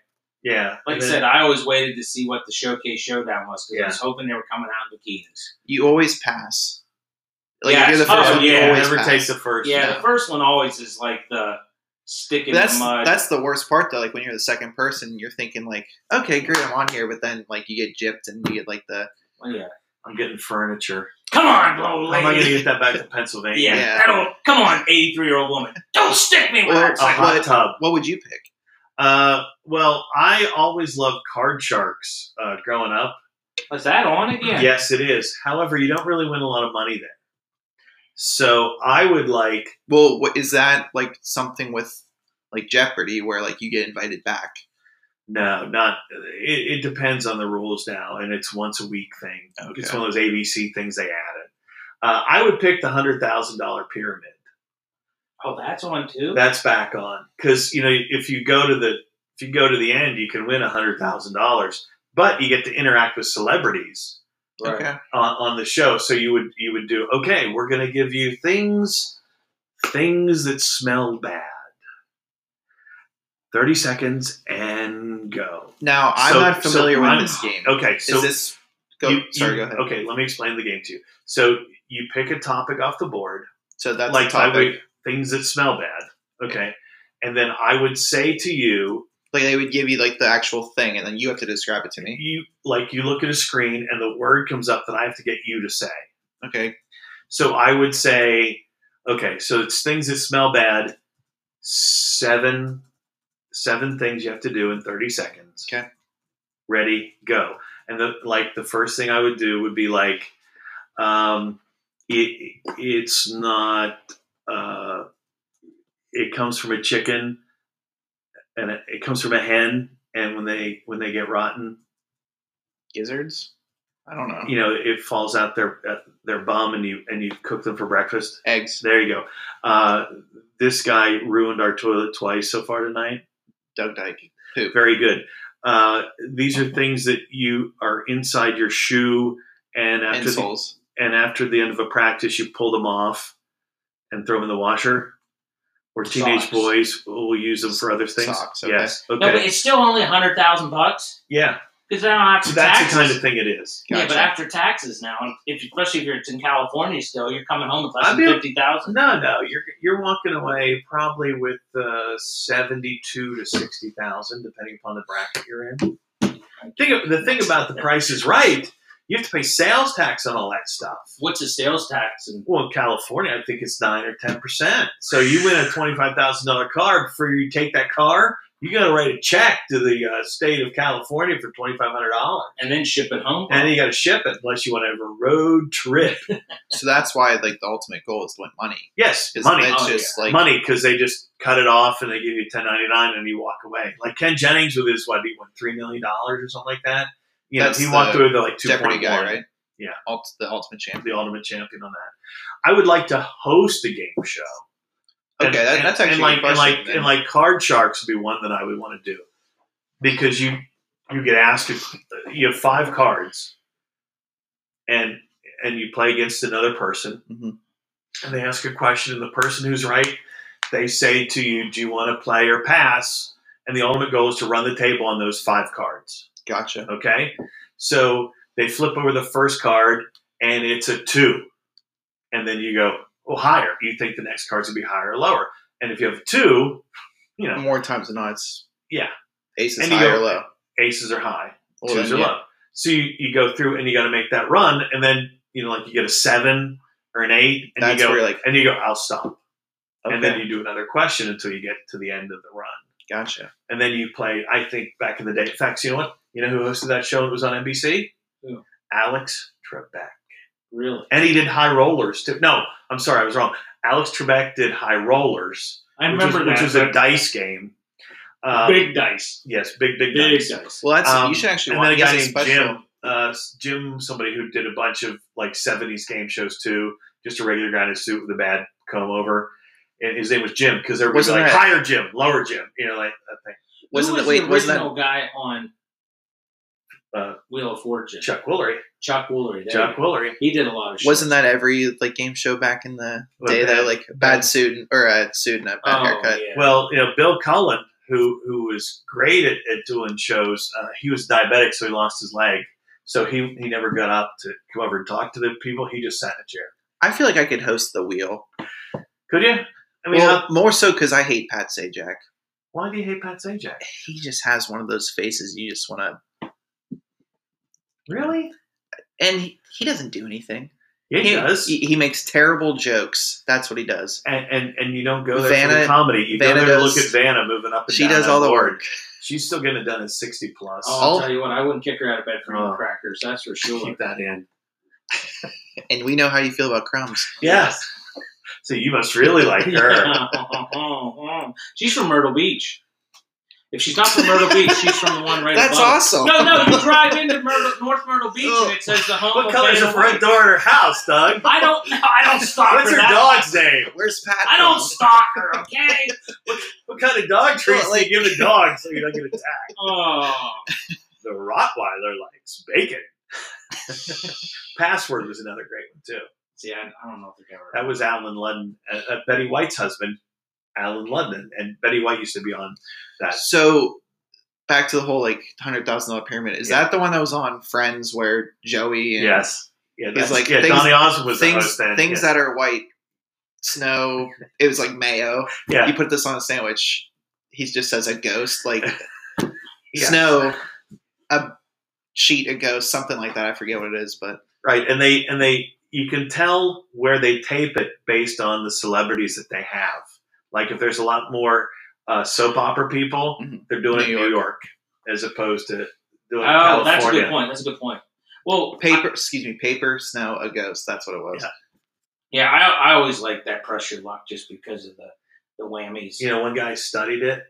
Yeah, Like I and then- said, I always waited to see what the showcase showdown was because I Yeah. was hoping they were coming out in bikinis. You always pass. Like Yes. if you're the Oh, first one, yeah, you yeah, always never pass. takes the first. Yeah, Yeah. the first one always is like the stick in that's the mud. that's the worst part though. Like when you're the second person, you're thinking like, okay, great, I'm on here, but then like you get gypped and you get like the yeah. I'm getting furniture. Come on, low How am I going to lady. get that back to Pennsylvania? Yeah, Yeah. that'll come on, eighty-three-year-old woman. Don't stick me with Well, her. A hot But- tub. what would you pick? Uh, well, I always loved Card Sharks uh, growing up. Was that on again? Yes, it is. However, you don't really win a lot of money there. So I would like. Well, what is that like something with like Jeopardy where like you get invited back? No, not. It, it depends on the rules now, and it's once a week thing. Okay. It's one of those ABC things they added. Uh, I would pick the hundred thousand dollar pyramid. Oh, that's on too. That's back on because you know if you go to the if you go to the end, you can win hundred thousand dollars, but you get to interact with celebrities. Right. Okay. on, on the show. So you would you would do okay. We're going to give you things things that smell bad. Thirty seconds and go. Now I'm So- not so familiar I'm- with this game. Okay, so is this go? you- sorry, you- go ahead. Okay, let me explain the game to you. So you pick a topic off the board, So that's like the topic. I would, things that smell bad. Okay, and then I would say to you, like they would give you like the actual thing, and then you have to describe it to me. you like you look at a screen and the word comes up that I have to get you to say. Okay. So I would say, okay, so it's things that smell bad. Seven, seven things you have to do in thirty seconds. Okay. Ready, go. And the like, the first thing I would do would be like, um, it, it's not uh, it comes from a chicken, and it, it comes from a hen. And when they when they get rotten, gizzards. I don't know. you know, it falls out their uh, their bum, and you and you cook them for breakfast. Eggs. There you go. Uh, this guy ruined our toilet twice so far tonight. Doug Dyke. Poop. Very good. Uh, these are things that you are inside your shoe, and after the, Insoles. and after the end of a practice, you pull them off and throw them in the washer. Or teenage Socks. boys will use them for other things. Socks, okay. Yes. Okay. No, but it's still only a hundred thousand bucks yeah. because then after So that's taxes. the kind of thing it is. Yeah, but Gotcha. after taxes now, and if especially if you're in California still, you're coming home with less I than feel- fifty thousand. No, no, you're you're walking away probably with uh, seventy-two to sixty thousand, depending upon the bracket you're in. Think of, the thing about the Price is Right, you have to pay sales tax on all that stuff. What's the sales tax? And Well, in California, I think it's nine or ten percent. So you win a twenty-five thousand dollar car before you take that car. You got to write a check to the uh, state of California for twenty-five hundred dollars, and then ship it home. and then you got to ship it unless you want to have a road trip. So that's why like the ultimate goal is to win money. Yes, Is money. It's oh, just like money because they just cut it off and they give you 1099 and you walk away. Like Ken Jennings with his what he won three million dollars or something like that. You know, That's he walked the away with like two Jeopardy point guy, one. right? Yeah. Ult- the ultimate champion. The ultimate champion on that. I would like to host a game show. Okay, that- that's and actually like a good question, and like then. and like Card Sharks would be one that I would want to do because you you get asked if you have five cards and and you play against another person Mhm. and they ask a question and the person who's right they say to you do you want to play or pass and the ultimate goal is to run the table on those five cards Gotcha. Okay. So they flip over the first card and it's a two. And then you go, oh, higher. You think the next card's going to be higher or lower. And if you have a two, you know, More times than not, it's Yeah. Ace is And you high go- or low. aces are high, Well, twos then, are yeah. low. So you, you go through and you got to make that run. And then, you know, like you get a seven or an eight. And That's you go, where you're like- and you go, I'll stop. Okay. And then you do another question until you get to the end of the run. gotcha. and then you play. I think back in the day. In fact, you know what? You know who hosted that show? It was on NBC. Who? Alex Trebek, Really, and he did High Rollers too. No, I'm sorry, I was wrong. Alex Trebek did High Rollers, I which remember was, which that. was a dice game. Um, big dice, yes, big big, big dice. dice. Well, that's Um, you should actually. and then a want- guy it's named special. Jim, uh, Jim, somebody who did a bunch of like '70s game shows too. Just a regular guy in a suit with a bad comb over. And his name was Jim because everybody was Wasn't like that- higher Jim, lower Jim, you know, like uh, that thing. Wasn't Who was that wait? the Wasn't original that guy on Uh, Wheel of Fortune? Chuck Woolery, Chuck Woolery. there you Chuck go. Woolery. He did a lot of. Shit. wasn't that every like game show back in the Well, day that bad- like a bad suit and, or a suit and a bad Oh, haircut? yeah. Well, you know, Bill Cullen, who who was great at, at doing shows, uh, he was diabetic, so he lost his leg. So he, he never got up to come over and talk to the people. He just sat in a chair. I feel like I could host the wheel. Could you? I mean, uh, well, how- more so because I hate Pat Sajak. why do you hate Pat Sajak? He just has one of those faces you just want to, Really? and he, he doesn't do anything. Yeah, he does. He, he makes terrible jokes. That's what he does. and, and and you don't go there for Vanna- the comedy. You Vanna go there to does- look at Vanna moving up and She down does that all the board. work. She's still getting it done at 60 plus. Oh, all- I'll tell you what, I wouldn't kick her out of bed for eating Oh. crackers. That's for sure. Keep that in. And we know how you feel about crumbs. Yes. So you must really like her. she's from Myrtle Beach. If she's not from Myrtle Beach, she's from the one right That's above. awesome. No, no, you drive into Myrtle, North Myrtle Beach and it says the home Oh. what of color's the Vanna front White. door at her house, Doug? I don't know. I don't stalk What's her. her that dog's name? Where's Pat? much. I don't from? stalk her, okay? What kind of dog treats Well, like- do you give a dog so you don't get attacked? Oh. The Rottweiler likes bacon. Password was another great one too. See, I, I don't know if they're ever. That was Alan Ludden, uh, uh, Betty White's husband, Alan Ludden, and Betty White used to be on that. So back to the whole like hundred thousand dollar pyramid. Is Yeah. that the one that was on Friends where Joey and Yes, yeah, that's like, like yeah. things- Donny Osmond was the things host then. things yes. that are white snow? It was like mayo. Yeah. You put this on a sandwich. He just says a ghost like Yeah. snow, a sheet, a ghost, something like that. I forget what it is, but right, and they and they you can tell where they tape it based on the celebrities that they have. Like if there's a lot more uh, soap opera people, Mhm. they're doing it New in New York as opposed to doing it in California. Oh, that's a good point. That's a good point. Well, paper. excuse me, paper, snow, a ghost. That's what it was. Yeah. Yeah, I, I always like that pressure lock just because of the, the whammies. You know, one guy studied it,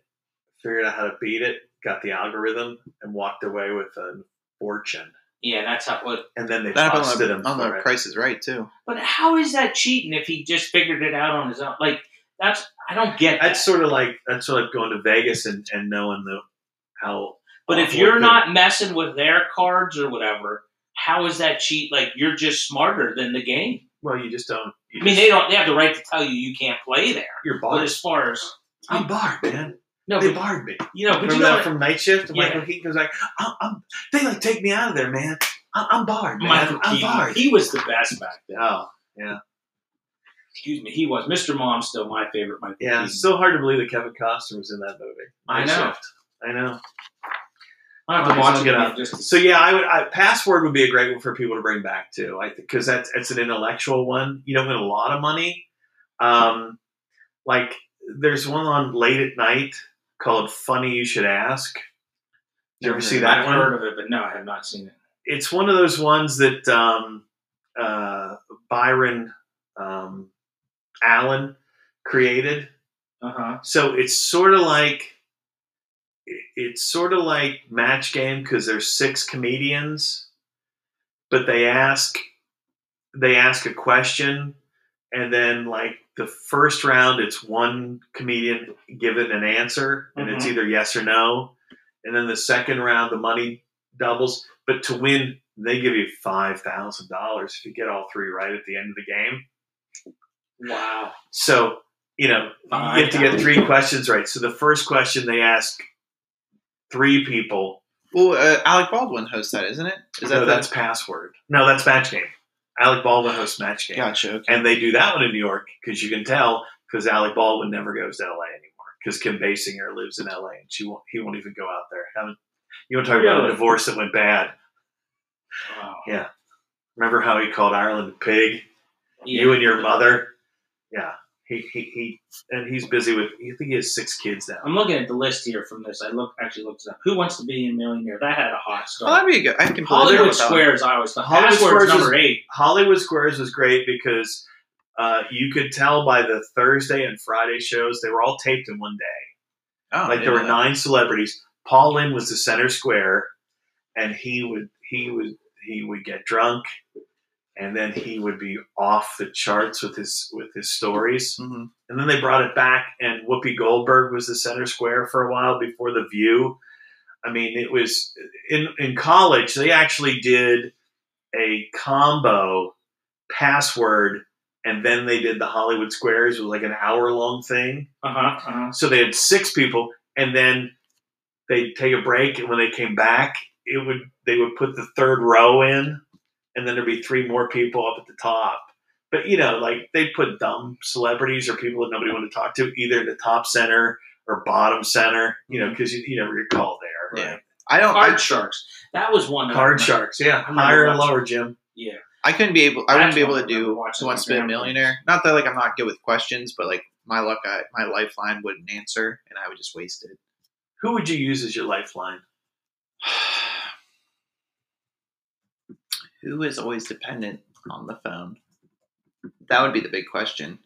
figured out how to beat it, got the algorithm, and walked away with a fortune. Yeah, that's how. What, And then they That happened busted on him. the, on for the it. Price is Right too. but how is that cheating if he just figured it out on his own? Like that's I don't get that. That's sort of like that's sort of like going to Vegas and, and knowing the how. But if awful you're it- not messing with their cards or whatever, how is that cheat? Like you're just smarter than the game. well, you just don't. I mean, they don't. They have the right to tell you you can't play there. You're But barred. as far as I'm barred, man. no, they but, barred me. you know, but Remember you know, that from Night Shift? Yeah. Michael Keaton goes like, I'm, I'm, they like take me out of there, man. I'm, I'm barred, man. Michael I'm Keaton. barred. He was the best back then. oh, Excuse me, he was Mr. Mom. Still my favorite Michael yeah. Keaton. It's so hard to believe that Kevin Costner was in that movie. I Night know. Shift. I know. I have to watch it Get again. up. Just to So yeah, I would. I, password would be a great one for people to bring back too. I because that's it's an intellectual one. You don't win a lot of money. Um, like there's one on late at night called "Funny You Should Ask." Did you ever see that I've one? heard of it, but no, I have not seen it. It's one of those ones that um, uh, Byron um, Allen created. Uh huh. So it's sort of like it's sort of like match game because there's six comedians, but they ask they ask a question, and then like the first round, it's one comedian given an answer, and it's Mhm. either yes or no, and then the second round, the money doubles. But to win, they give you five thousand dollars if you get all three right at the end of the game. Wow. So, you know, you have to get three questions right. So the first question they ask three people. Well, uh, Alec Baldwin hosts that, isn't it? Is that no, the- that's password. No, that's match game. Alec Baldwin hosts match game, Gotcha. Okay. and they do that one in New York because you can tell because Alec Baldwin never goes to L.A. anymore because Kim Basinger lives in L.A. and she won't, he won't even go out there. Haven't, you want to talk about a Really? divorce that went bad? Wow. Remember how he called Ireland a pig? You and your mother. Yeah, he he, he and he's busy with. I think he has six kids now. I'm looking at the list here from this. I look actually looked it up. Who wants to be a millionaire? That had a hot Well, start. that'd be good. I can pull it Hollywood with that one. Squares. I always thought Hollywood Password's Squares is- number eight. Hollywood Squares was great because uh, you could tell by the Thursday and Friday shows they were all taped in one day. Oh, like there were yeah. nine celebrities. Paul Lynn was the center square, and he would he would he would get drunk, and then he would be off the charts with his with his stories. Mhm. And then they brought it back, and Whoopi Goldberg was the center square for a while before The View. I mean, it was in in college they actually did a combo password, and then they did the Hollywood Squares it was like an hour long thing. Uh huh. Uh-huh. So they had six people, and then they'd take a break, and when they came back, it would they would put the third row in, and then there'd be three more people up at the top. But you know, like they put dumb celebrities or people that nobody wanted to talk to either in the top center or bottom center, you know, because you, you never get called there. Right? I don't. I, Card Sharks. That was one. that I Card remember. sharks, yeah, remember higher and watching- lower, Jim. Yeah. I couldn't be able. I wouldn't That's be able one to I remember do watching once my been a grandparents. millionaire. Not that like I'm not good with questions, but like my luck, I, my lifeline wouldn't answer, and I would just waste it. Who would you use as your lifeline? Who is always dependent on the phone? That would be the big question.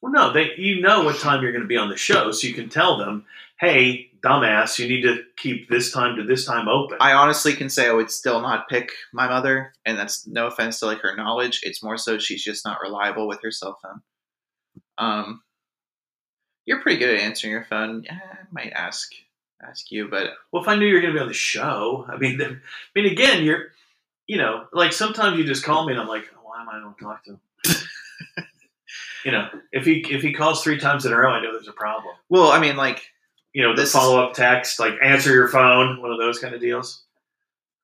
Well, no, they you know what time you're going to be on the show, so you can tell them, hey, dumbass, you need to keep this time to this time open. I honestly can say I would still not pick my mother, and that's no offense to like her knowledge. It's more so she's just not reliable with her cell phone. Um, you're pretty good at answering your phone. Yeah, I might ask ask you, but well, if I knew you were going to be on the show, I mean, then, I mean, again, you're, you know, like sometimes you just call me and I'm like, why am I not talking to him? you know, if he if he calls three times in a row, I know there's a problem. well, I mean, like You know, the This is- follow up text, like answer your phone, one of those kind of deals.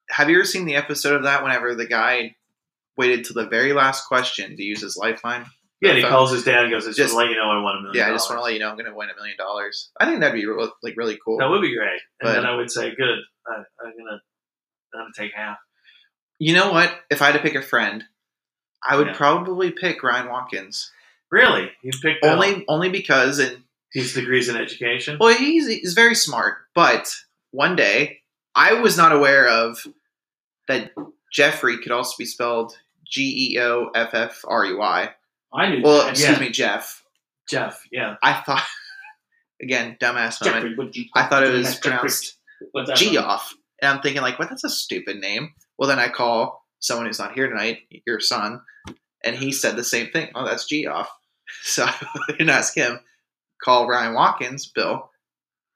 have you ever seen the episode of that whenever the guy waited till the very last question to use his lifeline? Yeah, and he Phone. calls his dad and goes, I just, Just- want to let you know I won a million. Yeah, I just want to dollars." let you know I'm going to win a million dollars. I think that'd be real, like really cool. That would be great, and But- then I would say, good, I, I'm gonna, I'm gonna take half. You know what? If I had to pick a friend, I would Yeah. probably pick Ryan Watkins. Really, he picked Bill. Only only because and his degrees in education. well he's he's very smart, but one day I was not aware of that Jeffrey could also be spelled G E O F F R U I. I knew Well, that, excuse yeah. me, Jeff. Jeff, yeah. I thought, again, dumbass moment. Jeffrey, would you- I thought it was Jeffrey, pronounced what's that? Geoff. And I'm thinking, like, what? That's a stupid name. Well, then I call someone who's not here tonight, your son, and he said the same thing. Oh, that's Geoff. So I didn't ask him. Call Ryan Watkins, Bill.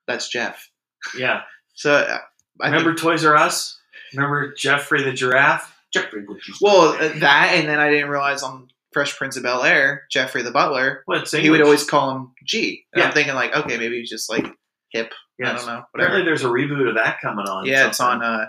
That's Jeff. Yeah. So uh, I Remember Toys R Us? Remember Jeffrey the giraffe? Jeffrey, would you? Well, uh, that, and then I didn't realize on Fresh Prince of Bel Air, Jeffrey the Butler, Well, it's he would English. always call him G. And Yeah. I'm thinking like, okay, maybe he's just like hip. I Yes. don't know. Apparently, Whatever. there's a reboot of that coming on. Yeah, it's sometime. on. Uh,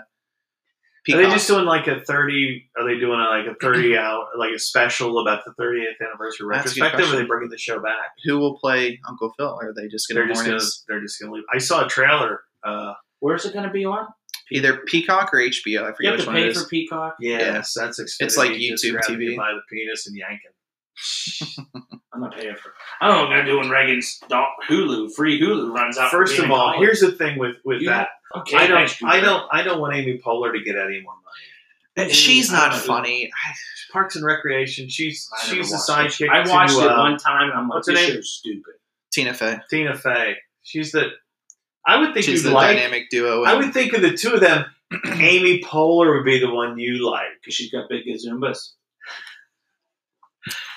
Are they Peacock. just doing like a thirty? Are they doing a, like a thirty hour, like a special about the thirtieth anniversary That's a retrospective? good Or are they question. bringing the show back? Who will play Uncle Phil? Or are they just They're gonna just mourn gonna, his- they're just gonna leave. I saw a trailer. Uh, Where's it going to be on? either Peacock or HBO? I You forget have which to one it pay is. for Peacock. yes, that's Xfinity. It's like Just YouTube grabbing TV. you by the penis and yanking. I'm not paying for. I don't know what I'm doing. Reagan's dog, Hulu, free Hulu runs out. for First being of in all, college. here's the thing with with You- that. okay, I don't. thanks, Cooper. I don't. I don't want Amy Poehler to get any more money. Mm-hmm. And She's I don't not know. funny. I- Parks and Recreation. She's I never she's the watched sidekick. it. I watched to, it uh, one time and I'm like, what's her this name? show's stupid. Tina Fey. Tina Fey. She's the. I would think She's you'd the like. dynamic duo. I would think of the two of them, Amy Poehler would be the one you like. Because she's got big gazumbas.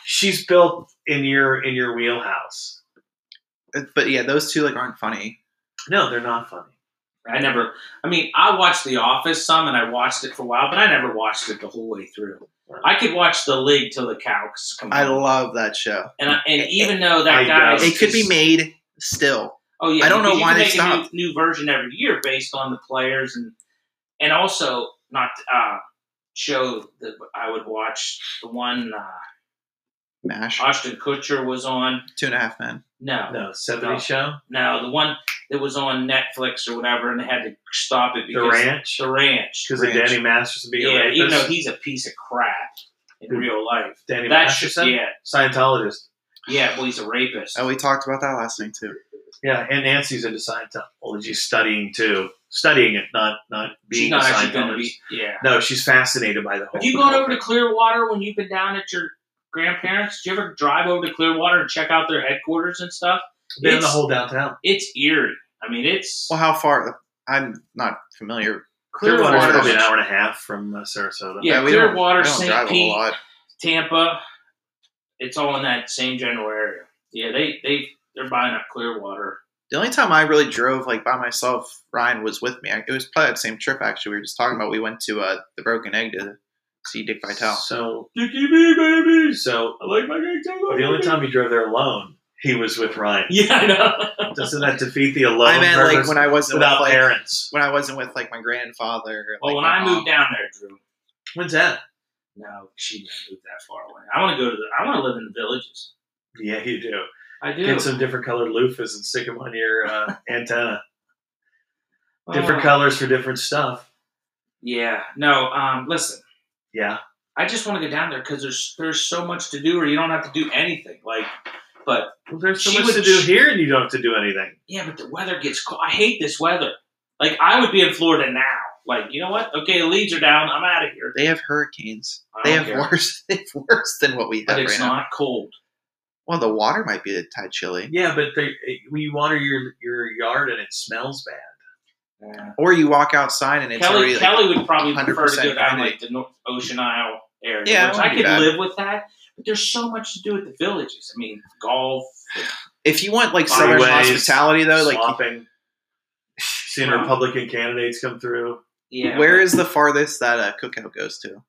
She's built in your in your wheelhouse. but yeah, those two like aren't funny. No, they're not funny. I never, I mean, I watched The Office some and I watched it for a while, but I never watched it the whole way through. I could watch The League till the cows come I home. love that show. and, I, and even though I that guy, doubt is It could be just- made still. Oh yeah, I don't know because you why can they make stopped. A new, new version every year based on the players and and also not uh, show that I would watch the one uh, Mash. Ashton Kutcher was on. Two and a half men. No, No, 70 No. show? No, the one that was on Netflix or whatever, and they had to stop it The because Ranch? The Ranch. Because of Ranch. Danny Masterson being a Yeah, rapist? even though he's a piece of crap in Who? real life. Danny That shit, Masterson? yeah, Scientologist. yeah. Well, he's a rapist. Oh, we talked about that last night too. Yeah, and Nancy's into Scientology studying too. Studying it, not not being She's not a actually going to Scientologist. be. Yeah. No, she's fascinated by the whole Have you gone over to Clearwater when you've been down at your grandparents? Do you ever drive over to Clearwater and check out their headquarters and stuff? Been in the it's- whole downtown. It's eerie. I mean, it's Well, how far? I'm not familiar. Clearwater's Clearwater's- probably an hour and a half from uh, Sarasota. Yeah, we don't- Clearwater, we don't St. drive a Pete. lot. Tampa. It's all in that same general area. Yeah, they they they're buying up Clearwater. The only time I really drove like by myself, Ryan was with me. It was probably that same trip actually. We were just talking about. We went to uh, the Broken Egg to see Dick Vitale. So, Dickie B, baby. so I like my game the only time he drove there alone, he was with Ryan. Yeah, I know. Doesn't that defeat the alone I meant like purpose when I wasn't with, without like, parents? when I wasn't with like my grandfather. Or, Well, like, when my I mom. moved down there, Drew. When's that? No, she didn't move that far away. I want to go to the. I want to live in the villages. Yeah, you do. I do. Get some different colored loofahs and stick them on your uh, antenna. Different Oh, colors for different stuff. Yeah. No. Um. Listen. Yeah. I just want to go down there because there's there's so much to do, or you don't have to do anything. Like, but Well, there's so She much to would- do here, and you don't have to do anything. yeah, but the weather gets cold. I hate this weather. Like, I would be in Florida now. Like, you know what? Okay, the leads are down. I'm out of here. They have hurricanes. I They don't have care. worse. They have worse than what we have But it's right now. not cold. Well, the water might be a tad chilly, Yeah, but they, when you water your your yard and it smells bad. or you walk outside and it's Kelly, already. like- Kelly would probably prefer to 100% go down humidity. like the North Ocean Isle area. Yeah, which that I wouldn't could be bad. live with that. But there's so much to do at the villages. I mean, golf. if you want like southern Freeways, hospitality though, like swapping. Seeing Republican candidates come through. Yeah. where is the farthest that uh, cookout goes to?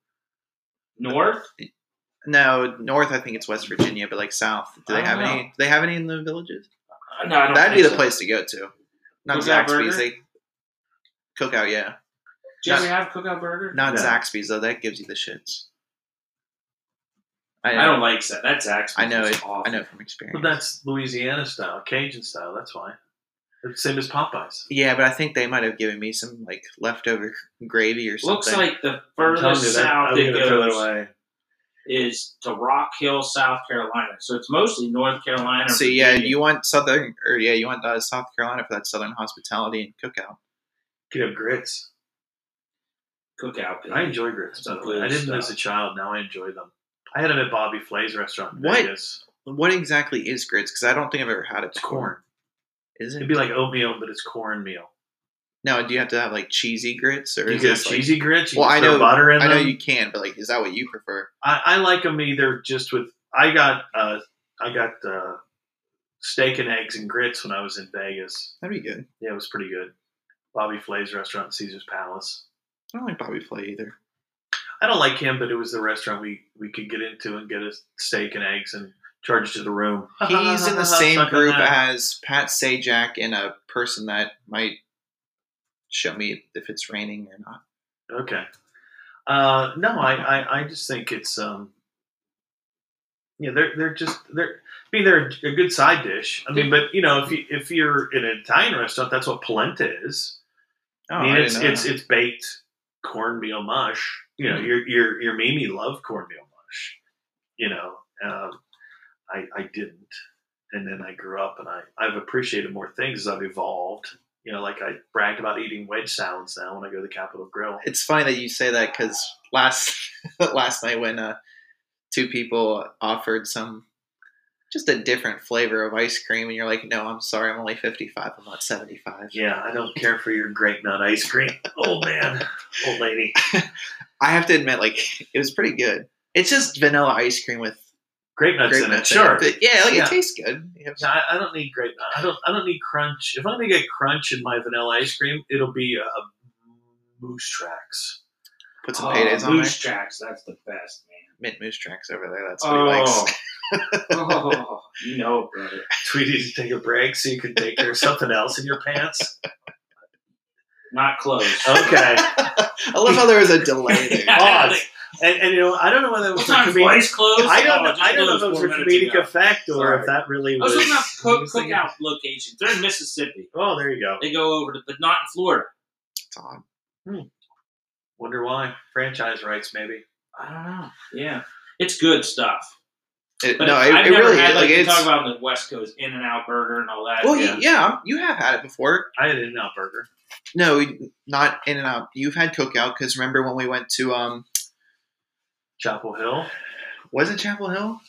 North? No, north. I think it's West Virginia, but like south. Do I they don't have any? know. Do they have any in the villages? Uh, No, I don't That'd think be the so. place to go to. Not Cookout Zaxby's. Burger? They cookout, yeah. Did you ever have cookout burger? Not No. Zaxby's though. That gives you the shits. I don't like that. That's actually I know it's it- awful. I know from But experience. that's Louisiana style, Cajun style. That's why. It's same as Popeyes. yeah, but I think they might have given me some like leftover gravy or something. Looks like the I'm telling furthest you, that- south I'm it gonna throw that goes away. is to Rock Hill, South Carolina. So it's mostly North Carolina. So yeah, Virginia. you want southern or yeah, you want uh, South Carolina for that southern hospitality and cookout. Could have grits. cookout. I enjoy grits. By Some the way. good I didn't stuff. as a child. Now I enjoy them. I had them at Bobby Flay's restaurant. in What? Vegas. What exactly is grits? Because I don't think I've ever had it. It's corn. Is it? It'd be like oatmeal, but it's cornmeal. Now, do you have to have like cheesy grits or You is get this, like- cheesy grits. You well, I throw know butter in I know them. you can, but like, is that what you prefer? I, I like them either just with. I got uh, I got uh, steak and eggs and grits when I was in Vegas. That'd be good. Yeah, it was pretty good. Bobby Flay's restaurant, Caesar's Palace. I don't like Bobby Flay either. I don't like him, but it was the restaurant we we could get into and get a steak and eggs and charge to the room. He's in the same Suck on group that. as Pat Sajak and a person that might show me if it's raining or not. Okay. Uh, no, I, I, I just think it's um, yeah, they're they're just they're I mean they're a good side dish. I mean, but you know if you if you're in an Italian restaurant, that's what polenta is. Oh, I mean, I it's didn't know it's that. Hmm. it's baked cornmeal mush. You know, your your your Mimi loved cornmeal mush. You know, um, I I didn't, and then I grew up and I I've appreciated more things as I've evolved. You know, like I bragged about eating wedge salads now when I go to the Capitol Grill. It's funny that you say that because last last night when uh, two people offered some just a different flavor of ice cream, and you're like, "No, I'm sorry, I'm only 55. I'm not 75." Yeah, I don't care for your grape nut ice cream, old man, old lady. I have to admit, like, it was pretty good. It's just vanilla ice cream with Grape nuts grape in nuts it, in sure. But yeah, like, Yeah. it tastes good. You have- No, I, I don't need grape. nut. I don't. I don't need crunch. If I'm gonna get crunch in my vanilla ice cream, it'll be uh, moose tracks. Put some paydays oh, on there. Moose Tracks, that's the best, man. Mint moose tracks over there. That's what he likes. oh, you know, it, brother. Tweety, to take a break so you can take care of something else in your pants. Not close. Okay. I love how there was a delay there. Oh. Pause. And, and you know, I don't know whether it was What a time's comedic. Blaze closed? I don't. Oh, know it just I don't know if closed it was four a minutes comedic ago. effect or Sorry. if that really I was was. looking up cook, Honestly, cookout locations. They're in Mississippi. Oh, there you go. They go over to, but not in Florida. It's odd. Wonder why franchise rights? Maybe. I don't know. Yeah, it's good stuff. It- But no, it, I've it never really had, is. Like, you it's, talk about the West Coast In and Out Burger and all that. well, yeah. yeah. yeah, you have had it before. I had an In-N-Out burger. No, not in and out. You've had cookout because remember when we went to um, Chapel Hill. was it Chapel Hill?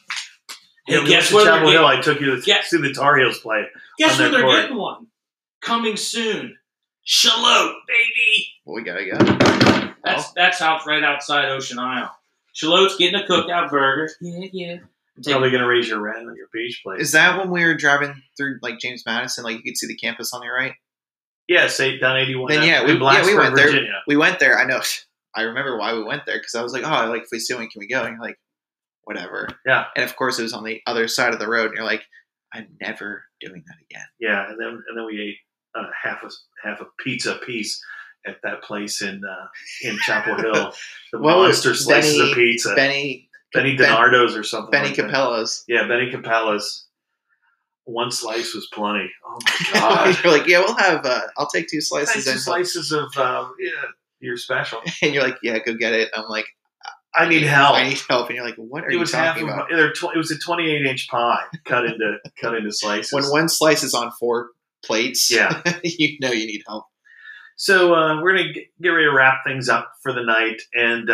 Yeah, Hey, we guess went to what? They're Chapel getting, Hill. I took you to Yeah. see the Tar Heels play. guess on where their they're court. getting one? Coming soon. Shalote, baby. Well, we gotta go. That's Oh. Well, that's out right outside Ocean Isle. Shalote's getting a cookout burger. Yeah, yeah. I'm taking- Probably going to raise your rent on your beach place. is that when we were driving through like James Madison? Like you could see the campus on your right. yeah, say down eighty one. Then yeah, we, yeah, Blacksburg, we went there. Virginia. We went there. I know. I remember why we went there because I was like, oh, like if we see one, can we go? And you're like, whatever. Yeah. And of course, it was on the other side of the road, and you're like, I'm never doing that again. Yeah, and then and then we ate uh, half a half a pizza piece at that place in uh, in Chapel Hill. The What was- monster slices Benny- of pizza. Benny, Benny. Ben- Donardo's or something. Benny like that. Capella's. Yeah, Benny Capella's. One slice was plenty. Oh my god! you're like, yeah, we'll have. Uh, I'll take two Nice slices. two And, slices of uh, yeah, you're special. and you're like, yeah, go get it. I'm like, I need help. I need help. And you're like, what are it you was half talking of about? my, they're tw- it was a 28 inch pie cut into cut into slices When one slice is on four plates, yeah you know you need help. so uh, we're gonna get, get ready to wrap things up for the night and uh,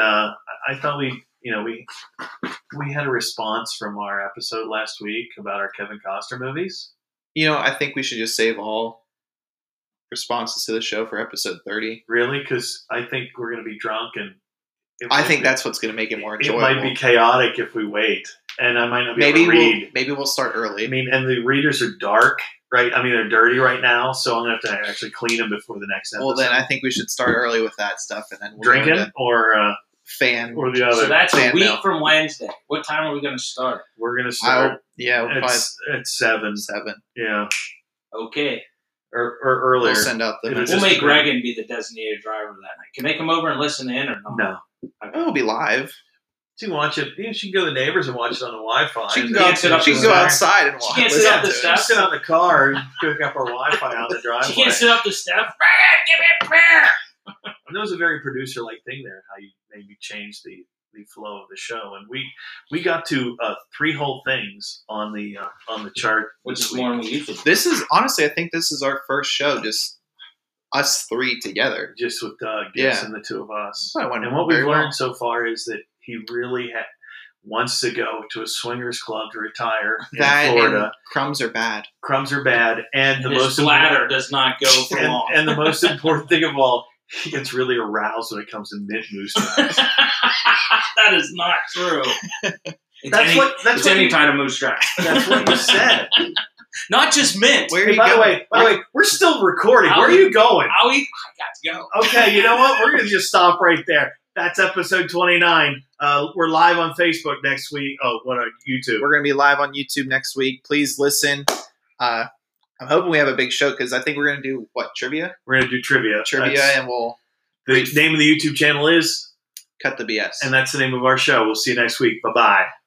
I- i thought we you know we we had a response from our episode last week about our kevin costner movies You know, I think we should just save all responses to the show for episode 30. really because i think we're gonna be drunk and it I might think be- that's what's going to make it more it enjoyable. might be chaotic if we wait and i might not be maybe able to read we'll maybe we'll start early. I mean, and the readers are dark, right? I mean, they're dirty right now, so I'm gonna have to actually clean them before the next episode. well, then I think we should start early with that stuff, and then we'll go drinking into or uh, fan. or the so other. that's a Fan week mail. from Wednesday. What time are we going to start? We're gonna start. I'll, yeah, we'll probably it's it's seven. seven. Yeah, Okay. or, or earlier. We'll send out the. It'll We'll just- make Reagan be the designated driver that night. Can they come over and listen in or not? no, oh, it'll be live. she can watch it. You know, she can go to the neighbors and watch it on the Wi-Fi. She can And go, then- Dance it up she can in go the- outside and watch. can't Sit sit up up the the steps. Sit on the car and hook up our Wi-Fi on the driveway. She can't sit up to Steph. Reagan, give me a prayer. And that was a very producer-like thing there, how you maybe change the the flow of the show. And we we got to uh, three whole things on the uh, on the chart, Which this is week. more than we usually do. This is honestly, I think this is our first show. Just us three together. Just with Doug, Yeah. yes, and the two of us. That's what I went and what we've very well. learned so far is that he really ha- wants to go to a swingers club to retire in That and Florida. crumbs are bad. Crumbs are bad, and the His most bladder does not go for and, long. and the most important thing of all, he gets really aroused when it comes to mid moose. that is not true. It's That's any, what- that's it's what any you- kind of moose track. That's what you said. Not just mint. Where are Hey, you by the going? way, by the way, we're still recording. Where are I'll- you going? I'll eat. I got to go. Okay, you know what? We're gonna just stop right there. That's episode twenty nine. Uh, we're live on Facebook next week. Oh, what on YouTube? We're going to be live on YouTube next week. Please listen. Uh, I'm hoping we have a big show because I think we're going to do what trivia, We're gonna do trivia. trivia, That's- and we'll the name of the YouTube channel is, cut the BS. and that's the name of our show. We'll see you next week. Bye bye.